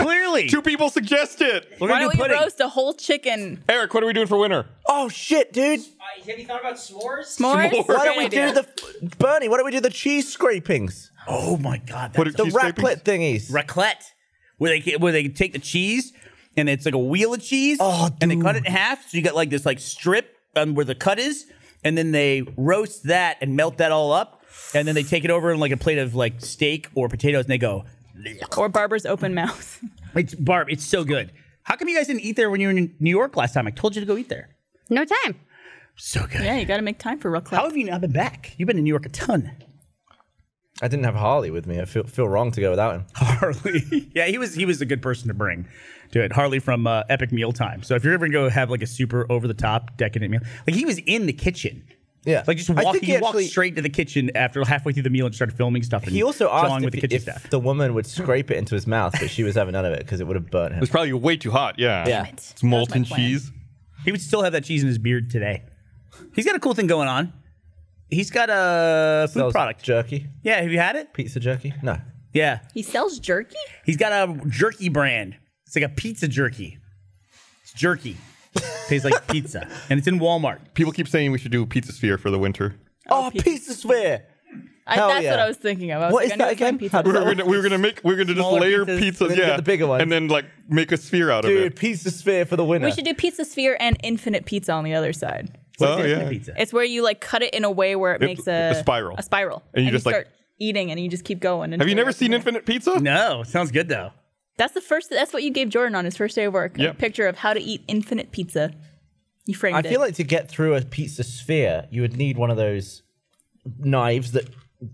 Clearly.
Two people suggest it.
We're
Why
going
don't
to do
we
pudding.
roast a whole chicken?
Eric, what are we doing for winter?
Oh shit, dude!
Uh, have you thought about s'mores?
S'mores.
S'mores? Great
Why don't we
idea.
do the Bernie? Why don't we do the cheese scrapings,
Oh my God.
Put
That's
it-
a
the
Cheese
raclette thingies?
raclette where they ca- where they take the cheese and it's like a wheel of cheese
Oh,
and they cut it in half. So you got like this like strip um, where the cut is and then they roast that and melt that all up. And then they take it over in like a plate of like steak or potatoes and they go,
or Barbara's open mouth?
It's Barb, it's so good. How come you guys didn't eat there when you were in New York last time? I told you to go eat there.
No time.
So good.
yeah, you got to make time for raclette.
How have you not been back? You've been in New York a ton.
I didn't have Harley with me. I feel feel wrong to go without him.
Harley. yeah, he was he was a good person to bring to it. Harley from uh, Epic Mealtime. So if you're ever gonna go have like a super over the top decadent meal, like he was in the kitchen.
Yeah.
Like just
I think
walking,
he
he walked
actually-
straight to the kitchen after halfway through the meal and started filming stuff. And
He also
along
asked
Mm. with the
if,
kitchen
if
staff.
the woman would scrape it into his mouth, but she was having none of it because it would have burnt him.
It's probably way too hot. Yeah.
Yeah. Damn it.
It's molten
That was my plan.
cheese.
He would still have that cheese in his beard today. He's got a cool thing going on. He's got a food
Sells
product.
jerky,
yeah, have you had it?
pizza jerky. No,
Yeah,
he sells jerky?
he's got a jerky brand. It's like a pizza jerky. It's jerky. Tastes like pizza, and it's in Walmart.
People keep saying we should do Pizza Sphere for the winter.
oh,
pizza.
pizza sphere.
I,
Hell
that's
yeah.
what I was thinking of. I was
What
like,
is
I know
that
it's like
again?
pizza.
How-
We were
Is that
gonna, we were gonna make we are gonna just
Smaller
layer
pizzas,
pizzas,
and then
yeah,
get the bigger ones.
and then like make a sphere out of
Dude,
it.
pizza sphere for the winner.
We should do pizza sphere and infinite pizza on the other side.
What's
Oh,
in the
yeah.
pizza?
It's where you like cut it in a way where it
It-
makes a,
a spiral.
A spiral.
And you just, like-
start eating and you just keep going.
Have you never seen
infinite?
Infinite Pizza?
No, sounds good though.
That's the first. That's what you gave Jordan on his first day of work.
Yeah.
A picture of how to eat infinite pizza. You framed
I
it.
feel like to get through a pizza sphere, you would need one of those knives that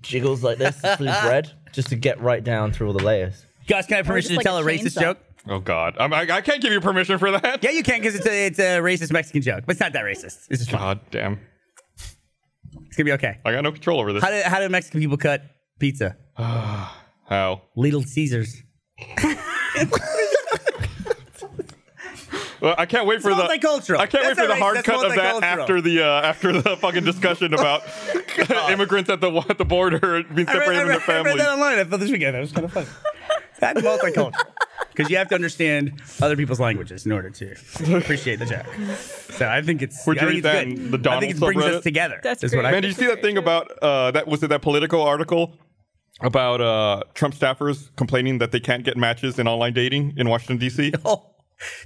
jiggles like this through bread, just to get right down through all the layers.
Gus, can I have
just
permission to
like
tell
a
a racist
chainsaw.
joke?
Oh God, I'm, I, I can't give you permission for that.
Yeah, you can because it's a, it's a racist Mexican joke, but it's not that racist. It's just fun.
God damn,
It's gonna be okay.
I got no control over this.
How do how do Mexican people cut pizza?
How?
Little Caesars.
Well, I can't wait for the
multicultural.
I can't wait
That's
for the
not
hard
racist,
cut of
that's
that
multicultural.
after the uh, after the fucking discussion about immigrants at the at the border being
I read,
separated from their
I read- I read
families.
that online. I thought this weekend. That was kind of fun. That's multicultural. Because you have to understand other people's languages in order to appreciate the joke. So I think it's
We're
I think
doing
it's
that in the
good. I think it
Donald
brings
subreddit.
us together.
That's
is
great.
what I
Man, did you see that thing about uh, that was it that political article about uh, Trump staffers complaining that they can't get matches in online dating in Washington D.C.
Oh,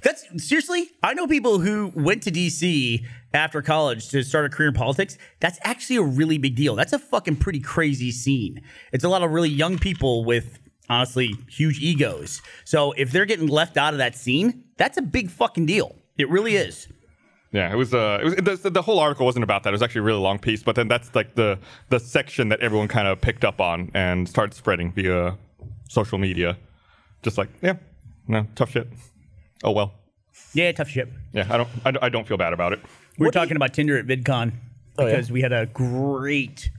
that's seriously. I know people who went to DC after college to start a career in politics. That's actually a really big deal. That's a fucking pretty crazy scene. It's a lot of really young people with honestly huge egos. So if they're getting left out of that scene, that's a big fucking deal. It really is.
Yeah, it was. Uh, it was the, the whole article wasn't about that. It was actually a really long piece, but then that's like the the section that everyone kind of picked up on and started spreading via social media. Just like, yeah, no, tough shit. Oh well.
Yeah, tough shit.
Yeah, I don't. I, don't- I don't feel bad about it.
We were talking about Tinder at VidCon
Oh, yeah.
because we had a great,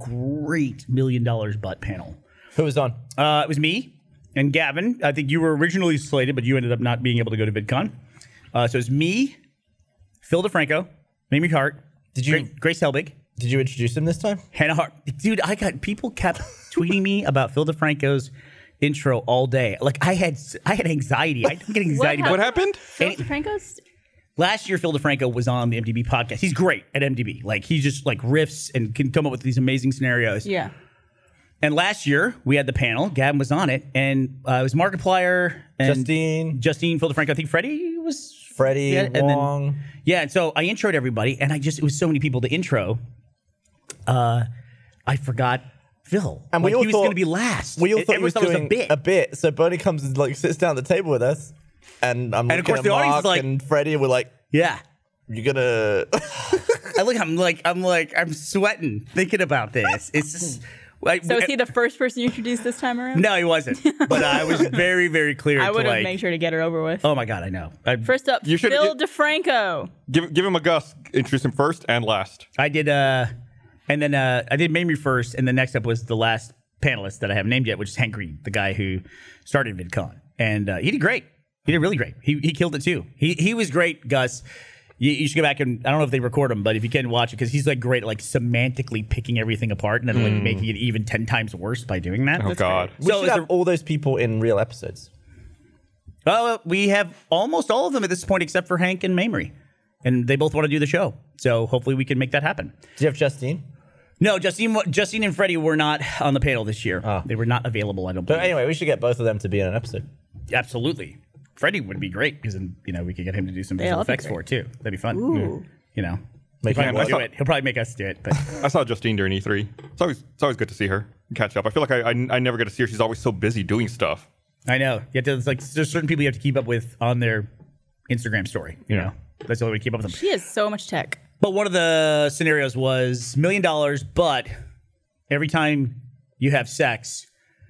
great million dollars butt panel.
Who was on?
Uh, it was me and Gavin. I think you were originally slated, but you ended up not being able to go to VidCon. Uh, so it's me, Phil DeFranco, Mamie Hart,
Did you
Gra- Grace Helbig,
did you introduce him this time?
Hannah Hart. Dude, I got people kept tweeting me about Phil DeFranco's intro all day. Like I had, I had anxiety. I don't get anxiety.
What
about
happened?
Phil DeFranco's.
Last year, Phil DeFranco was on the MDB podcast. He's great at MDB. Like he just like riffs and can come up with these amazing scenarios.
Yeah.
And last year we had the panel. Gavin was on it, and uh, it was Markiplier and
Justine,
Justine, Phil DeFranco, I think Freddie was.
Freddie,
Yeah, and then-
Wong.
Yeah, and so I introed everybody, and I just, it was so many people to intro. Uh, I forgot Phil.
And we
Like,
all
he was
thought-
going to be last.
we all
And
thought he
E- everyone
was
thought it
doing
was a bit.
So Bernie comes and like sits down at the table with us, and I'm
And
looking
of course
at
the audience
Mark
is like-
and Freddie. and We're like,
yeah.
you're gonna.
I look, I'm like, I'm like, I'm sweating thinking about this. It's just. Like,
So is he the first person you introduced this time around?
No, he wasn't. But I was very, very clear.
I
to
would have
like,
made sure to get her over with.
Oh my god, I know. I,
First up,
You should-
Phil
you-
DeFranco.
Give give him a Gus. Introduce him first and last.
I did uh and then uh I did Mamie first, and the next up was the last panelist that I haven't named yet, which is Hank Green, the guy who started VidCon. And uh, he did great. He did really great. He he killed it too. He he was great, Gus. You, you should go back and I don't know if they record him, but if you can watch it, because he's like great, at, like semantically picking everything apart and then like making it even ten times worse by doing that.
Hmm. Oh God.
We
So
should
it's
have
a-
all those people in real episodes.
well, we have almost all of them at this point, except for Hank and Mamrie, and they both want to do the show. So hopefully, we can make that happen.
Do you have Justine?
No, Justine, wa- Justine and Freddie were not on the panel this year. They were not available. I don't.
Ah. But
believe.
anyway, we should get both of them to be in an episode.
absolutely. Freddie would be great because then you know we could get him to do some
Yeah,
visual
that'd be
effects for it too. That'd be fun.
Ooh.
You know,
Make
He'll
him
probably
work.
do it. He'll probably make us do it. But
I saw Justine during E3. It's always it's always good to see her and catch up. I feel like I, I I never get to see her. She's always so busy doing stuff.
I know you have to it's like there's certain people you have to keep up with on their Instagram story. You
Yeah.
know, that's the only way to keep up with them.
She has so much tech.
But one of the scenarios was million dollars, but every time you have sex,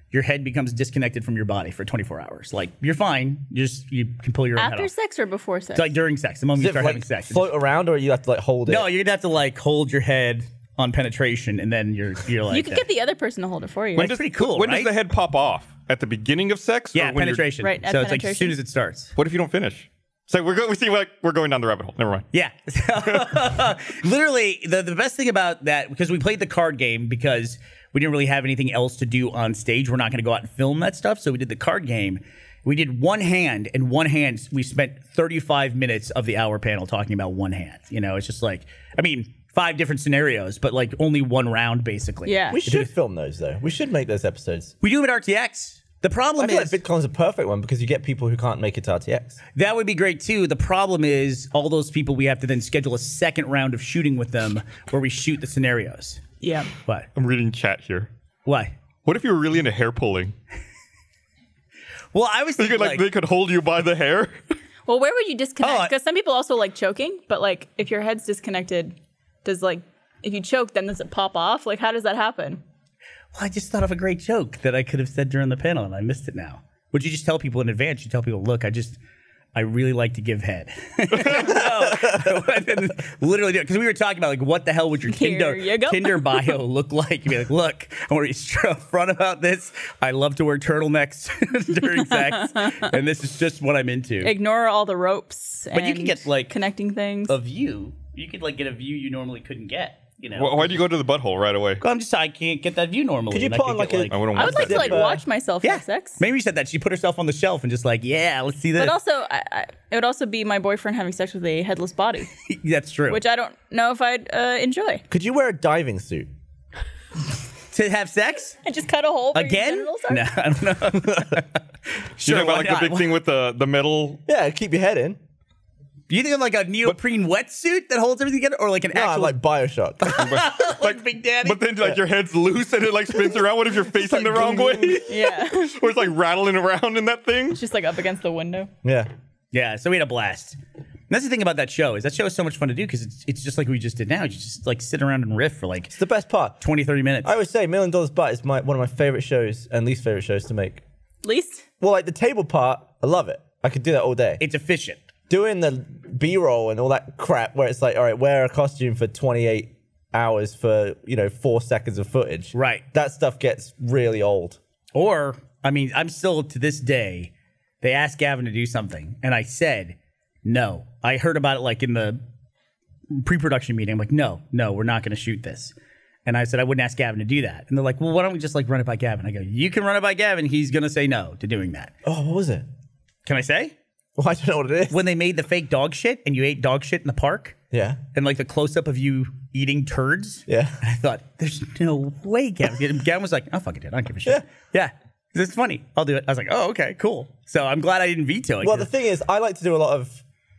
your head becomes disconnected from your body for 24 hours. Like you're fine, you just you can pull your own head
After
off.
sex or before sex?
It's like during sex, the moment you
Does it
start
like
having sex.
float around, or you have to like hold it?
No, you're gonna have to like hold your head on penetration, and then you're you're like
you could get the other person to hold it for you.
That's pretty cool,
When
right?
does the head pop off? At the beginning of sex?
yeah
or when you're-
penetration.
Oh, Right, at
so it's like as
penetration.
soon as it starts.
What if you don't finish? So we're going. We see like we're going down the rabbit hole. Never mind.
Yeah. Literally, the, the best thing about that, because we played the card game because we didn't really have anything else to do on stage. We're not going to go out and film that stuff. So we did the card game. We did one hand, and one hand, we spent 35 minutes of the hour panel talking about one hand. You know, it's just like, I mean, five different scenarios, but like only one round, basically.
yeah.
we should film those though. We should make those episodes.
We do them at RTX. The problem
I feel
is.
like VidCon's a perfect one because you get people who can't make it to RTX.
That would be great too. The problem is all those people we have to then schedule a second round of shooting with them where we shoot the scenarios.
yeah.
What?
I'm reading chat here.
Why?
What if you were really into hair pulling?
Well, I was
You
thinking
could, like,
like,
they could hold you by the hair.
Well, where would you
Oh, I-
disconnect? Because some people also like choking, but like if your head's disconnected, does like if you choke, then does it pop off? Like how does that happen?
well, I just thought of a great joke that I could have said during the panel and I missed it now. Would you just tell people in advance? You tell people, look, I just, I really like to give head. so, literally, because we were talking about like, what the hell would your Tinder
Here you go.
Tinder bio look like? You'd be like, look, I want to be straight up front about this. I love to wear turtlenecks during sex, and this is just what I'm into.
Ignore all the ropes.
But you can
and
get, like,
connecting things.
a view, you could like get a view you normally couldn't get. You know,
Why, why do you go to the butthole right away?
I'm just I can't get that view normally.
Could you
and I
put on,
get,
like, a-
I wouldn't want
I would like to
that.
like watch myself
yeah,
have sex.
Maybe you said that she put herself on the shelf and just like, yeah, let's see this.
But also, I, I, it would also be my boyfriend having sex with a headless body,
That's true.
which I don't know if I'd uh, enjoy.
Could you wear a diving suit?
to have sex
I just cut a hole where your
again?
genitals are.
No, I don't know.
You
sure,
know
why
about like the
not?
big thing with the the metal.
Yeah, keep your head in.
You think of like a neoprene wetsuit that holds everything together, or like an
No, I'm
actual
like Bioshock.
like Big Daddy?
But then like your head's loose and it like spins around. What if you're facing the wrong way?
Yeah, It's
or it's like rattling around in that thing?
just like up against the window.
yeah.
yeah, so we had a blast. And that's the thing about that show is that show is so much fun to do because it's, it's just like we just did now. You just like sit around and riff for like
It's the best part.
20, 30 minutes.
I always say Million Dollars Butt is my, one of my favorite shows and least favorite shows to make.
At least
Well, like the table part, I love it. I could do that all day.
it's efficient.
Doing the B roll and all that crap where it's like, all right, wear a costume for 28 hours for, you know, four seconds of footage.
Right.
That stuff gets really old.
Or, I mean, I'm still to this day, they asked Gavin to do something, and I said, no. I heard about it like in the pre production meeting. I'm like, no, no, we're not going to shoot this. And I said, I wouldn't ask Gavin to do that. And they're like, well, why don't we just like run it by Gavin? I go, you can run it by Gavin. He's going to say no to doing that.
Oh, what was it?
Can I say?
Well, I don't know what it is.
When they made the fake dog shit and you ate dog shit in the park
yeah.
and like the close up of you eating turds.
Yeah.
And I thought, there's no way Gavin. Gavin was like, "Oh, I fucking did. I don't give a shit. Yeah. This is funny. I'll do it. I was like, oh, okay, cool. So I'm glad I didn't veto it.
Well, the thing is, I like to do a lot of,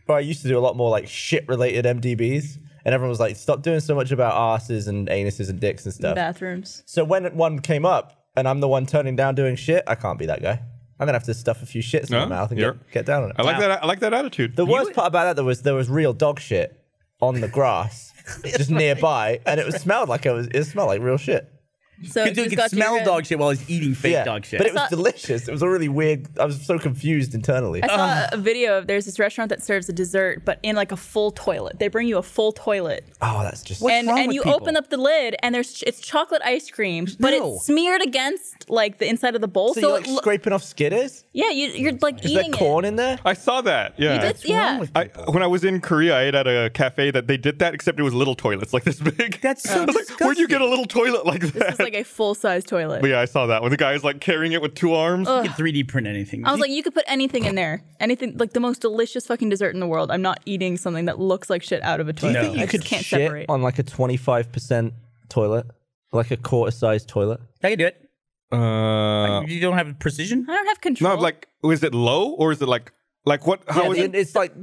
or I used to do a lot more like shit related MDBs. And everyone was like, stop doing so much about asses and anuses and dicks and stuff.
bathrooms.
So when one came up and I'm the one turning down doing shit, I can't be that guy. I'm gonna have to stuff a few shits in
No,
my mouth and
you're-
get, get down on it.
I like that. I like that attitude.
the worst part about that though was there was real dog shit on the grass just nearby, and it was smelled like it was it smelled like real shit.
So
Dude,
you
dude
just
could
got to your
smell
head.
dog shit while he's eating fake dog shit.
but it was
It's not-
delicious. It was a really weird. I was so confused internally.
I saw a video of there's this restaurant that serves a dessert, but in like a full toilet. They bring you a full toilet,
Oh, that's just
What? What's
and
wrong
and
with
you
people?
open up the lid, and there's it's chocolate ice cream, but
No.
it's smeared against like the inside of the bowl.
so
So,
you're
it
like
lo-
scraping off skitters.
yeah, you, you're like
Is there
eating
corn
it.
in there?
I saw that. Yeah.
You did, yeah.
with
I, when I was in Korea, I ate at a cafe that they did that, except it was little toilets like this big.
That's so
I was like, Where'd you get a little toilet like that?
It's like like a full size toilet.
But yeah, I saw that when the guy is like carrying it with two arms.
You can 3D print anything.
I was like, you could put anything in there. Anything like the most delicious fucking dessert in the world. I'm not eating something that looks like shit out of a toilet.
think you
I
could
just can't
Shit
separate.
on like a 25% toilet, like a quarter size toilet.
I can do it.
Uh,
you don't have precision.
I don't have control.
no, like is it low or is it like like what? How
Yeah,
is
the-
it?
it's like,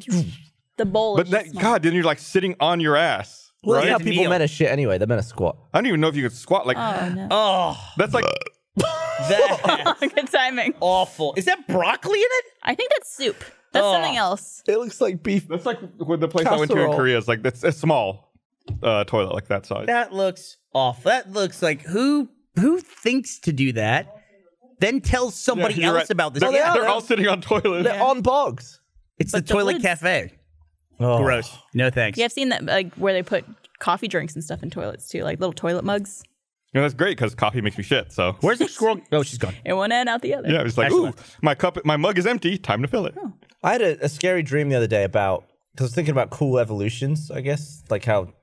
the bowl.
But
is
that
just small.
God, then you're like sitting on your ass,
well,
right?
yeah,
have to
people
kneel.
meant to shit anyway. They're meant to squat.
I don't even know if you could squat. Like
Oh no.
Oh,
that's like
that's
Good timing.
awful. Is that broccoli in it?
I think that's soup. That's
Oh.
something else.
It looks like beef.
that's like what the place I went to in
Casserole.
Korea is like. That's a small uh, toilet like that size.
That looks awful. That looks like who who thinks to do that? Then tells
Yeah,
somebody
you're
else
right.
about this.
They're,
Yeah,
they're all sitting on toilets.
They're on bogs.
it's the
But the
toilet
lids-
cafe.
Oh.
Gross. No thanks.
Yeah, I've seen that like where they put coffee drinks and stuff in toilets too, like little toilet mugs.
You know, that's great because coffee makes me shit. So
Where's the squirrel? Oh, she's gone.
In one end, out the other.
yeah, it's like,
Excellent.
ooh, my cup, my mug is empty. Time to fill it.
I had a, a scary dream the other day about because I was thinking about cool evolutions, I guess, like how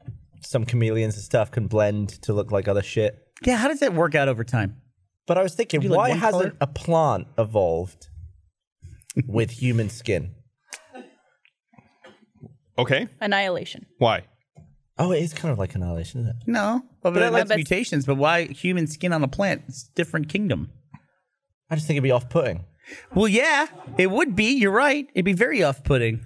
some chameleons and stuff can blend to look like other shit.
Yeah, how does that work out over time?
But I was thinking,
you like
why
one
hasn't
color?
a plant evolved with human skin?
Okay,
Annihilation.
why?
Oh, it is kind of like annihilation, isn't it?
No, but,
I
but
like-
that's mutations. But why human skin on a plant? It's a different kingdom.
I just think it'd be off-putting.
Well, yeah, it would be. You're right. It'd be very off-putting.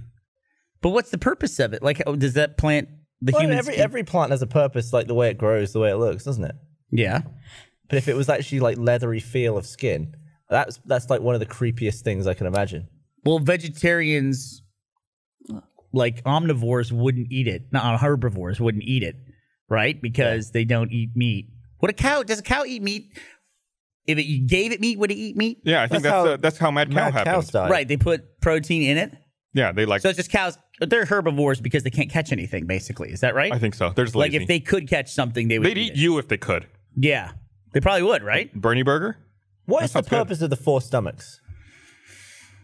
But what's the purpose of it? Like, oh, does that plant the
Well, I mean,
human
every
skin?
every plant has a purpose, like the way it grows, the way it looks, doesn't it?
yeah.
But if it was actually like leathery feel of skin, that's that's like one of the creepiest things I can imagine.
Well, vegetarians, like omnivores, wouldn't eat it. Not herbivores wouldn't eat it, right? Because they don't eat meat. What a cow does a cow eat meat? If it, you gave it meat, would it eat meat?
Yeah, I
That's
think that's that's,
how
uh, that's how mad cow
Mad
happened.
cow style.
Right. They put protein in it,
Yeah, they like.
so it's just cows. They're herbivores because they can't catch anything. Basically, is that right?
I think so. They're just
like
lazy.
if they could catch something, they would.
they'd eat
it.
you if they could.
Yeah, they probably would, right?
Bernie Burger.
What is the
sounds good.
purpose of the four stomachs?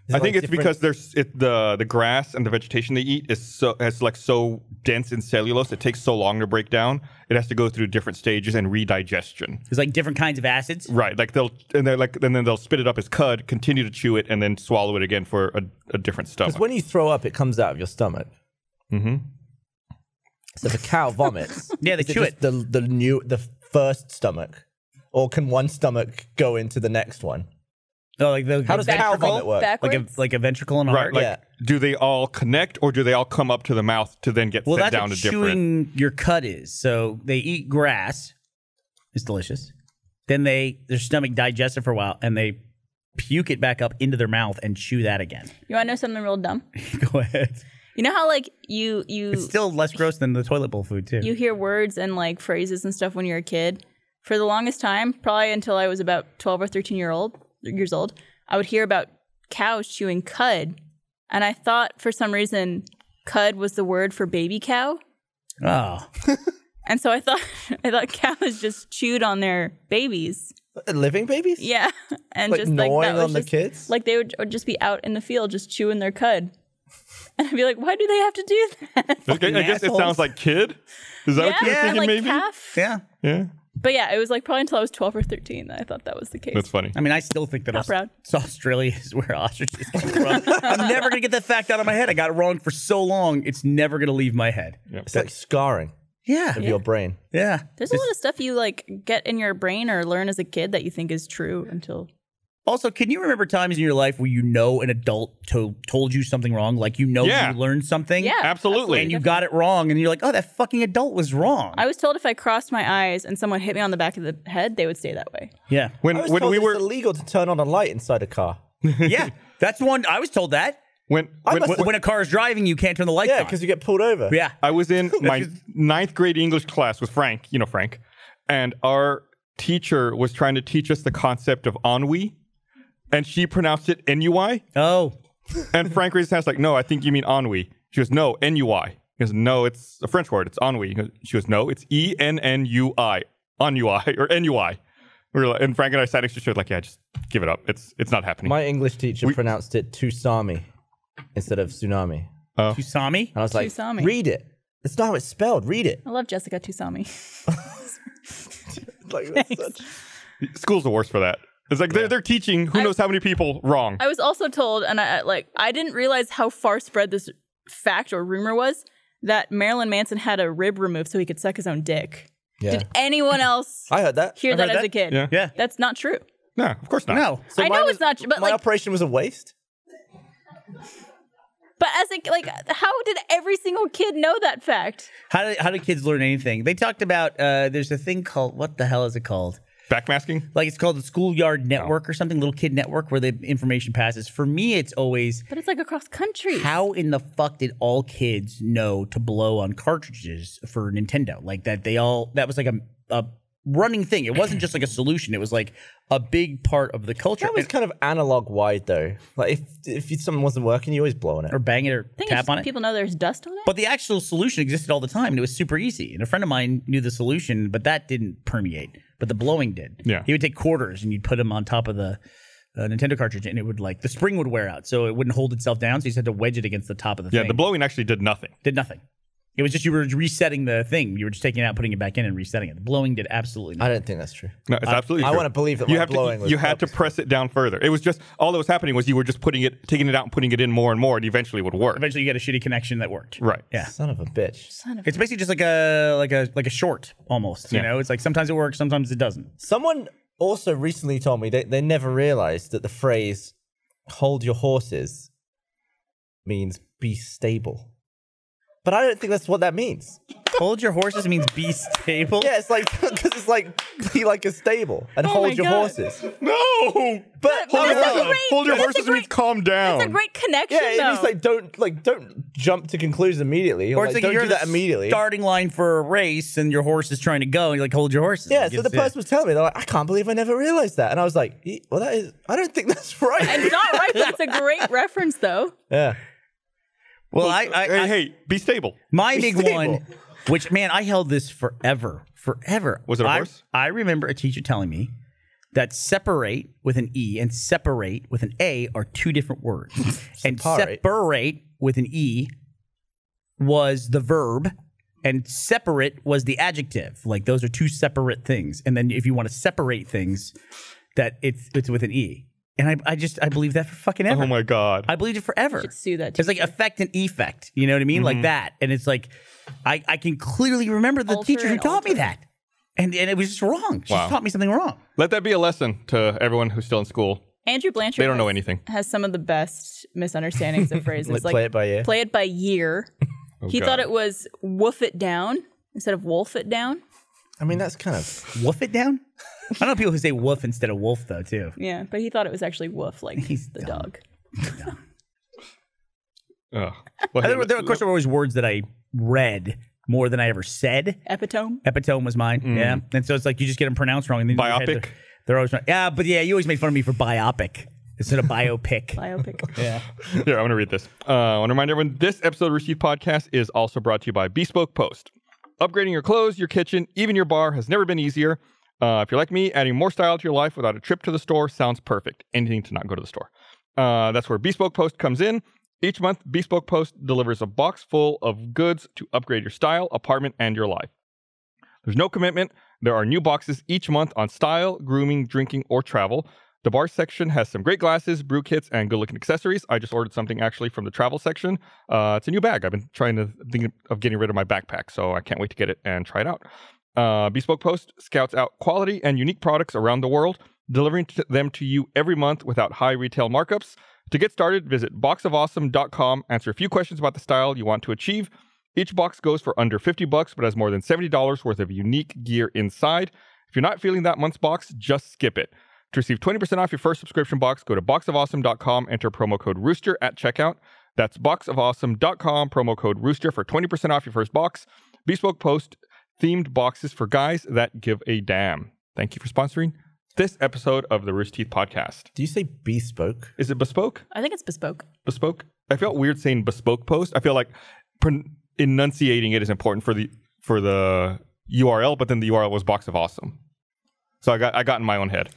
Is it,
I think
like,
it's
different-
because there's it, the the grass and the vegetation they eat is so is like so dense in cellulose. It takes so long to break down. It has to go through different stages and redigestion.
There's like different kinds of acids.
Right, like they'll and they're like and then they'll spit it up as cud, continue to chew it, and then swallow it again for a, a different stomach.
Because when you throw up, it comes out of your stomach. Mm-hmm. So if a cow vomits,
Yeah, they
is
chew
just
it.
The the new the first stomach, or can one stomach go into the next one?
Oh, like the,
How does cow
Ventricle?
vomit work?
like a
Backwards?
like a ventricle and a
right,
heart?
like
Yeah.
do they all connect or do they all come up to the mouth to then get
Well,
sent
that's
down
what
to different?
chewing your cud is. So they eat grass. It's delicious. Then they their stomach digests it for a while, and they puke it back up into their mouth and chew that again.
You want to know something real dumb?
Go ahead.
You know how like you you
It's still less gross than the toilet bowl food too.
you hear words and like phrases and stuff when you're a kid. For the longest time, probably until I was about 12 or 13 year old years old, I would hear about cows chewing cud, and I thought for some reason cud was the word for baby cow,
oh,
and so I thought I thought cows just chewed on their babies.
Living babies?
Yeah, and
Like
just like
gnawing
that was
on the
just-
kids?
Like they would, would just be out in the field just chewing their cud. And I'd be like, why do they have to do that?
Okay, I guess it
assholes.
sounds like kid. Is that what you were
yeah,
thinking?
like
maybe.
calf.
yeah.
Yeah,
But yeah, it was like probably until I was 12 or 13 that I thought that was the case.
that's funny.
I mean, I still think that
Not
Aus-
proud.
Australia is where ostriches come from. I'm never gonna get that fact out of my head. I got it wrong for so long; it's never gonna leave my head.
It's like scarring
Yeah,
of your brain.
yeah.
There's a lot of stuff you like get in your brain or learn as a kid that you think is true until
Also, can you remember times in your life where you know an adult to- told you something wrong? Like you know
Yeah.
you learned something,
yeah,
Absolutely.
and you got it wrong, and you're like, "Oh, that fucking adult was wrong."
I was told if I crossed my eyes and someone hit me on the back of the head, they would stay that way.
yeah,
When
I was
when
told
we
it's
were
illegal to turn on a light inside a car.
yeah, that's one. I was told that
when
I
when,
must-
when-
when a car is driving, you can't turn the lights
Yeah,
on.
because you get pulled over.
yeah,
I was in my ninth grade English class with Frank, you know Frank, and our teacher was trying to teach us the concept of ennui, and she pronounced it NUI,
oh,
and Frank raised his hands like, "No, I think you mean ennui." She goes, "No, NUI." He goes, "No, it's a French word. It's ennui." He goes- She goes, "No, it's E N N U I, ennui or NUI." We were like, and Frank and I sat next to each other like, "Yeah, just give it up. It's it's not happening."
My English teacher pronounced it Tusami instead of tsunami,
you saw me.
Uh,
and I was like,
Tusami.
"Read it. It's not how it's spelled. Read it."
I love Jessica Tusami.
Like, that's
Thanks.
such-
School's the worst for that. It's like they're, they're teaching who
I-
knows how many people wrong.
I was also told, and I I- like I didn't realize how far spread this fact or rumor was that Marilyn Manson had a rib removed so he could suck his own dick.
yeah.
Did anyone else
I heard that.
hear
I've
that,
heard
as
that.
a kid?
Yeah.
Yeah.
That's not true.
no, of course not.
No.
So
I
mine
know
was-
it's not, but
my
like,
operation was a waste.
but as a like, how did every single kid know that fact?
How do, how do kids learn anything? They talked about uh, there's a thing called what the hell is it called?
Backmasking?
Like it's called the schoolyard network or something, little kid network where the information passes. For me, it's always
But it's like across country.
how in the fuck did all kids know to blow on cartridges for Nintendo? Like that they all that was like a, a running thing. It wasn't just like a solution. It was like a big part of the culture.
That was
And-
kind of analog wide though. Like if if something wasn't working, you always blow on it.
or bang it or
I think it's
tap
just
on it.
People know there's dust on it.
But the actual solution existed all the time, and it was super easy. And a friend of mine knew the solution, but that didn't permeate. But the blowing did.
Yeah.
he would take quarters and you'd put them on top of the uh, Nintendo cartridge, and it would like the spring would wear out, so it wouldn't hold itself down. So you just had to wedge it against the top of the
Yeah,
thing.
the blowing actually did nothing.
did nothing. It was just you were resetting the thing. You were just taking it out, putting it back in, and resetting it. The blowing did absolutely
I
nothing.
don't think that's true.
No, it's absolutely.
I
true.
wanna believe that
you
my
have
blowing
to,
was
You had to press it down further. It was just all that was happening was you were just putting it, taking it out, and putting it in more and more, and eventually it would work.
Eventually, you get a shitty connection that worked.
Right.
Yeah.
Son of a bitch.
It's basically just like a like a like a short almost. You
Yeah.
know, it's like sometimes it works, sometimes it doesn't.
Someone also recently told me they, they never realized that the phrase hold your horses means be stable. But I don't think that's what that means.
Hold your horses means be stable.
Yeah, it's like because it's like be like a stable and hold your
Oh God.
horses.
No.
But,
But
hold,
that's
your,
a great-
Hold your
that's a
horses
great-
means calm down.
That's a great connection,
yeah, it
though.
means like don't like don't jump to conclusions immediately. Or,
it's
like, don't
like you're
do
the
that immediately.
Starting line for a race, and your horse is trying to go, and you're like, hold your horses.
Yeah,
Like,
so the
it's-
person was telling me, they're like, I can't believe I never realized that. And I was like, "E- well, that is, I don't think that's right.
it's not right, but it's a great reference, though.
yeah.
Well, I, I,
hey,
I-
hey, be stable.
my big
stable.
one, which man, I held this forever, forever.
Was it a
I-
horse?
I remember a teacher telling me that separate with an e and separate with an a are two different words, and
Separate.
separate with an e was the verb. And separate was the adjective. Like those are two separate things. And then if you want to separate things, that it's it's with an e. And I, I just I believe that for fucking ever.
Oh my god.
I believed it forever.
should sue that
It's like effect and effect. You know what I mean? Like that. And it's like I, I can clearly remember the
Alter
teacher who
and
taught me
alter.
that. And and it was just wrong. She
Wow.
just taught me something wrong.
Let that be a lesson to everyone who's still in school.
Andrew Blanchard.
They don't know
has-
anything.
Has some of the best misunderstandings of phrases.
Like,
like
play it by ear.
Play it by year. he
God.
thought it was woof it down instead of wolf it down.
I mean, that's kind of,
Woof it down? I know people who say woof instead of wolf though too.
Yeah, but he thought it was actually woof, like
He's
the
dumb.
dog.
Ugh.
I, there, were- there, of course, there were always words that I read more than I ever said.
Epitome.
Epitome was mine. Yeah. And so it's like you just get them pronounced wrong. And then in your head
Biopic?
They're, they're always wrong. Yeah, but yeah, you always made fun of me for biopic instead of biopic.
Biopic.
Here, I'm going to read this. Uh, I want to remind everyone this episode of Receive Podcast is also brought to you by Bespoke Post. Upgrading your clothes, your kitchen, even your bar has never been easier. Uh, if you're like me, adding more style to your life without a trip to the store sounds perfect. Anything to not go to the store. Uh, that's where Bespoke Post comes in. Each month, Bespoke Post delivers a box full of goods to upgrade your style, apartment, and your life. There's no commitment. There are new boxes each month on style, grooming, drinking, or travel. The bar section has some great glasses, brew kits, and good looking accessories. I just ordered something actually from the travel section. Uh, it's a new bag. I've been trying to think of getting rid of my backpack, so I can't wait to get it and try it out. Uh, Bespoke Post scouts out quality and unique products around the world, delivering t- them to you every month without high retail markups. To get started, visit boxofawesome.com, answer a few questions about the style you want to achieve. Each box goes for under 50 bucks, but has more than $70 worth of unique gear inside. If you're not feeling that month's box, just skip it. To receive 20% off your first subscription box, go to boxofawesome.com, enter promo code rooster at checkout. That's boxofawesome.com, promo code rooster for 20% off your first box. Bespoke Post themed boxes for guys that give a damn. Thank you for sponsoring this episode of the Rooster Teeth podcast.
do you say bespoke?
Is it bespoke?
I think it's bespoke.
bespoke. I felt weird saying bespoke post. I feel like pron- enunciating it is important for the for the URL, but then the URL was box of awesome. So I got I got in my own head.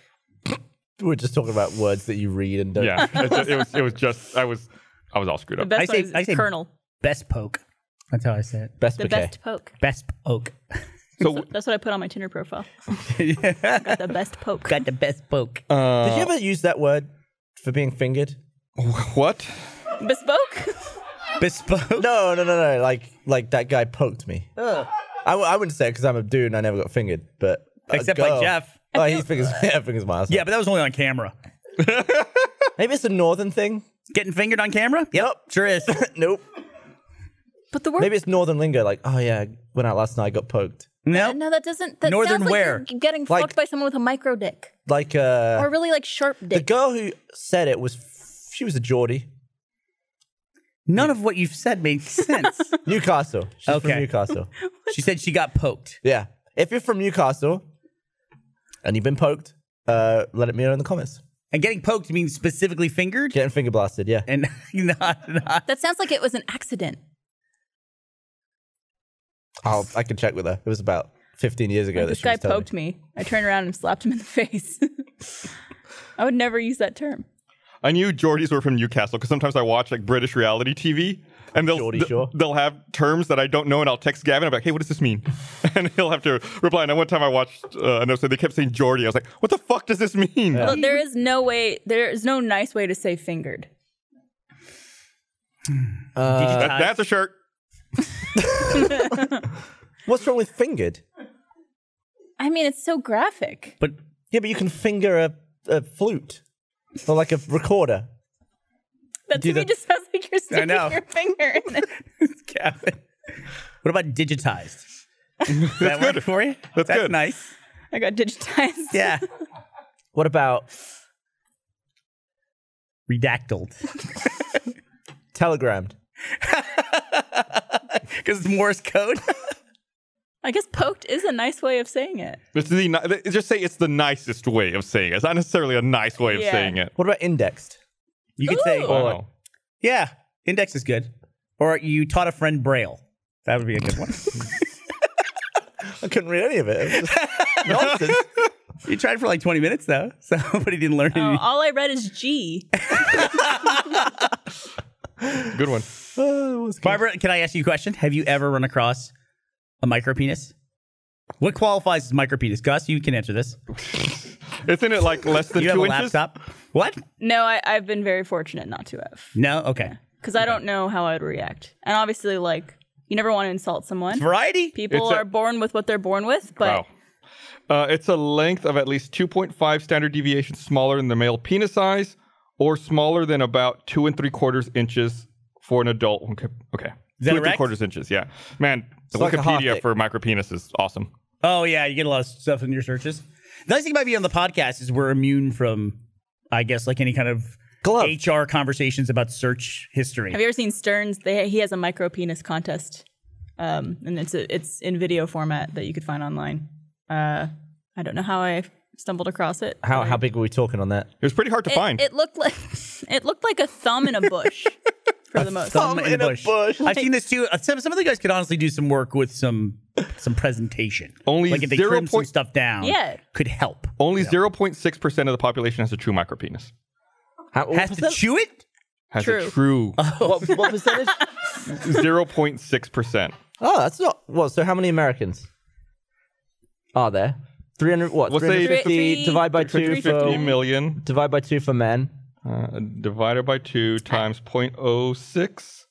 We're just talking about words that you read and don't.
Yeah, it, ju- it was it was just I was I was all screwed
The
up.
best
I say-
one
I
is
say-
Colonel.
Best poke. That's how I say it.
Best
The
bouquet.
best poke.
Best poke.
So
That's what I put on my Tinder profile. Got the best poke.
Got the best poke.
Did you ever use that word for being fingered?
what?
Bespoke?
Bespoke.
No, no, no, no. Like, like that guy poked me. I, w- I wouldn't say it because I'm a dude and I never got fingered, but a
Except by
girl-
Jeff.
Oh, he fingers, yeah, fingers my ass.
Yeah, but that was only on camera.
maybe it's a northern thing.
Getting fingered on camera? Yep,
Nope.
sure is.
nope.
But the word.
Maybe it's northern lingo. Like, oh yeah, I went out last night, I got poked.
no,
no, that doesn't. That
Northern
sounds like
where?
you're getting
Like-
fucked by someone with a micro dick.
Like, uh,
Or really like sharp dick.
the girl who said it was, f- she was a Geordie,
none of what you've said makes sense.
Newcastle. She's
Okay.
from Newcastle.
she said she got poked.
yeah. If you're from Newcastle and you've been poked, uh, let it me know in the comments.
And getting poked means specifically fingered
Getting finger blasted. Yeah.
and not, not.
that sounds like it was an accident.
I'll, I can check with her. It was about 15 years ago.
Like,
that
this
she
guy
was telling
poked me. I turned around and slapped him in the face. I would never use that term.
I knew Geordies were from Newcastle because sometimes I watch like British reality TV and they'll
Geordie
th-
Shore.
they'll have terms that I don't know and I'll text Gavin I'm like, hey, what does this mean? And he'll have to reply. And I- one time I watched uh, an episode they kept saying Geordie. I was like, what the fuck does this mean?
Although there is no way, there is no nice way to say fingered.
Digitized.
That- that's a shirt.
What's wrong with fingered?
I mean, it's so graphic.
but
Yeah, but you can finger a, a flute or like a recorder.
That
Do
to me
the-
just sounds like you're sticking
know.
your finger in it.
Gavin, what about digitized? Does that work for you?
That's good.
nice.
I got digitized.
Yeah.
What about
Redacted.
telegrammed?
Because it's Morse code.
I guess poked is a nice way of saying it.
It's the ni- it's just say it's the nicest way of saying it. It's not necessarily a nice way of
Yeah.
saying it.
What about indexed?
You could say,
Ooh.
I
Or-
know.
yeah, index is good. Or you taught a friend Braille. That would be a good one.
I couldn't read any of it. It was just nonsense.
you tried for like 20 minutes, though. So, but he didn't learn
Oh,
anything.
all I read is G.
Good one.
Oh, it was good.
Barbara, can I ask you a question? Have you ever run across a micropenis? What qualifies as micropenis? Gus, you can answer this.
Isn't it like less than
you have
two
a
inches?
laptop. What?
No, I, I've been very fortunate not to have.
No. Okay.
Because I don't know how I'd react. And obviously, like, you never want to insult someone.
Variety.
People
It's a-
are born with what they're born with,
Wow.
but
Uh, it's a length of at least 2.5 standard deviations smaller than the male penis size or smaller than about two and three quarters inches for an adult. Okay. okay.
that
two and three
erect?
quarters inches, yeah. Man, the
like a half
Wikipedia
dick.
for micropenis is awesome.
Oh yeah, you get a lot of stuff in your searches. The nice thing about being on the podcast is we're immune from, I guess, like any kind of
Glove.
HR conversations about search history.
have you ever seen Stearns? They, he has a micro penis contest. Um, and it's a, it's in video format that you could find online. Uh, I don't know how I stumbled across it.
How, how big were we talking on that?
It was pretty hard to find.
It, it looked like it looked like a thumb in a bush for the most.
Thumb
in a bush.
I've seen this too. Uh, Some, some of the guys could honestly do some work with some some presentation.
Only
like if they
zero
trim some
point-
stuff down.
Yeah.
could help.
Only 0.6% of the population has a true micropenis.
How, what
Has to
percent-
chew it.
Has a
True.
true
what, what percentage?
0.6%.
oh, that's not. What? So how many Americans are there? 300. What?
We'll say
350
three-
divide by two
250
for
million
divide by two for men.
uh, divided by 2 times 0.06.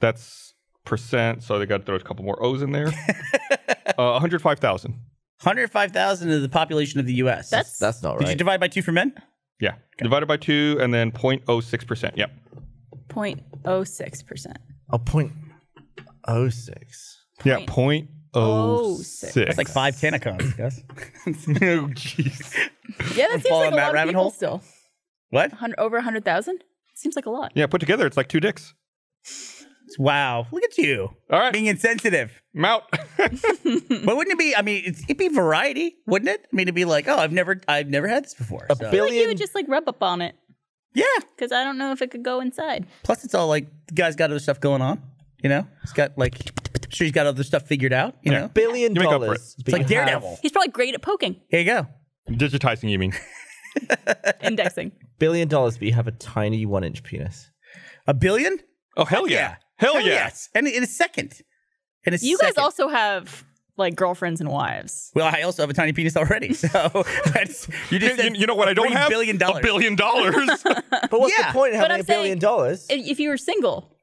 That's percent. So they got to throw a couple more O's in there. uh, 105,000.
Hundred five thousand of the population of the U.S.
That's
That's not
did
right.
you divide by two for men?
Yeah. Divided by 2 and then 0.06%. Yep.
0.06 percent.
oh, point oh six.
Yeah. 0.06.
That's
That's like five tanacones. Yes.
oh, jeez.
Yeah, that seems
Fall
like
in
a
that
lot of
rabbit
people
hole?
still.
What?
100, over 100,000? Seems like a lot.
Yeah. Put together, it's like two dicks.
Wow. Look at you.
All right.
Being insensitive.
Mount.
But wouldn't it be? I mean, it's, it'd be variety, wouldn't it? I mean, it'd be like, oh, I've never, I've never had this before.
A
So-
I feel like you
billion.
would just like rub up on it
yeah.
because I don't know if it could go inside.
Plus, it's all like the guy's got other stuff going on. You know, he's got like, I'm sure he's got other stuff figured out. You know,
billion
You make up for
dollars.
it.
but
it's like
you have-
Daredevil.
He's probably great at poking,
Here you go.
Digitizing, you mean?
indexing.
billion dollars, but you have a tiny one inch penis.
A billion?
Oh, hell yeah. Hell, yeah.
yes. And in a second. In a
You guys
second.
also have like girlfriends and wives.
Well, I also have a tiny penis already, so that's, you just
You,
said
you know what? I don't
three
have
billion dollars.
A billion dollars.
But what's the
Yeah.
point of
But
having
I'm
a billion
saying-
dollars?
If, if you were single,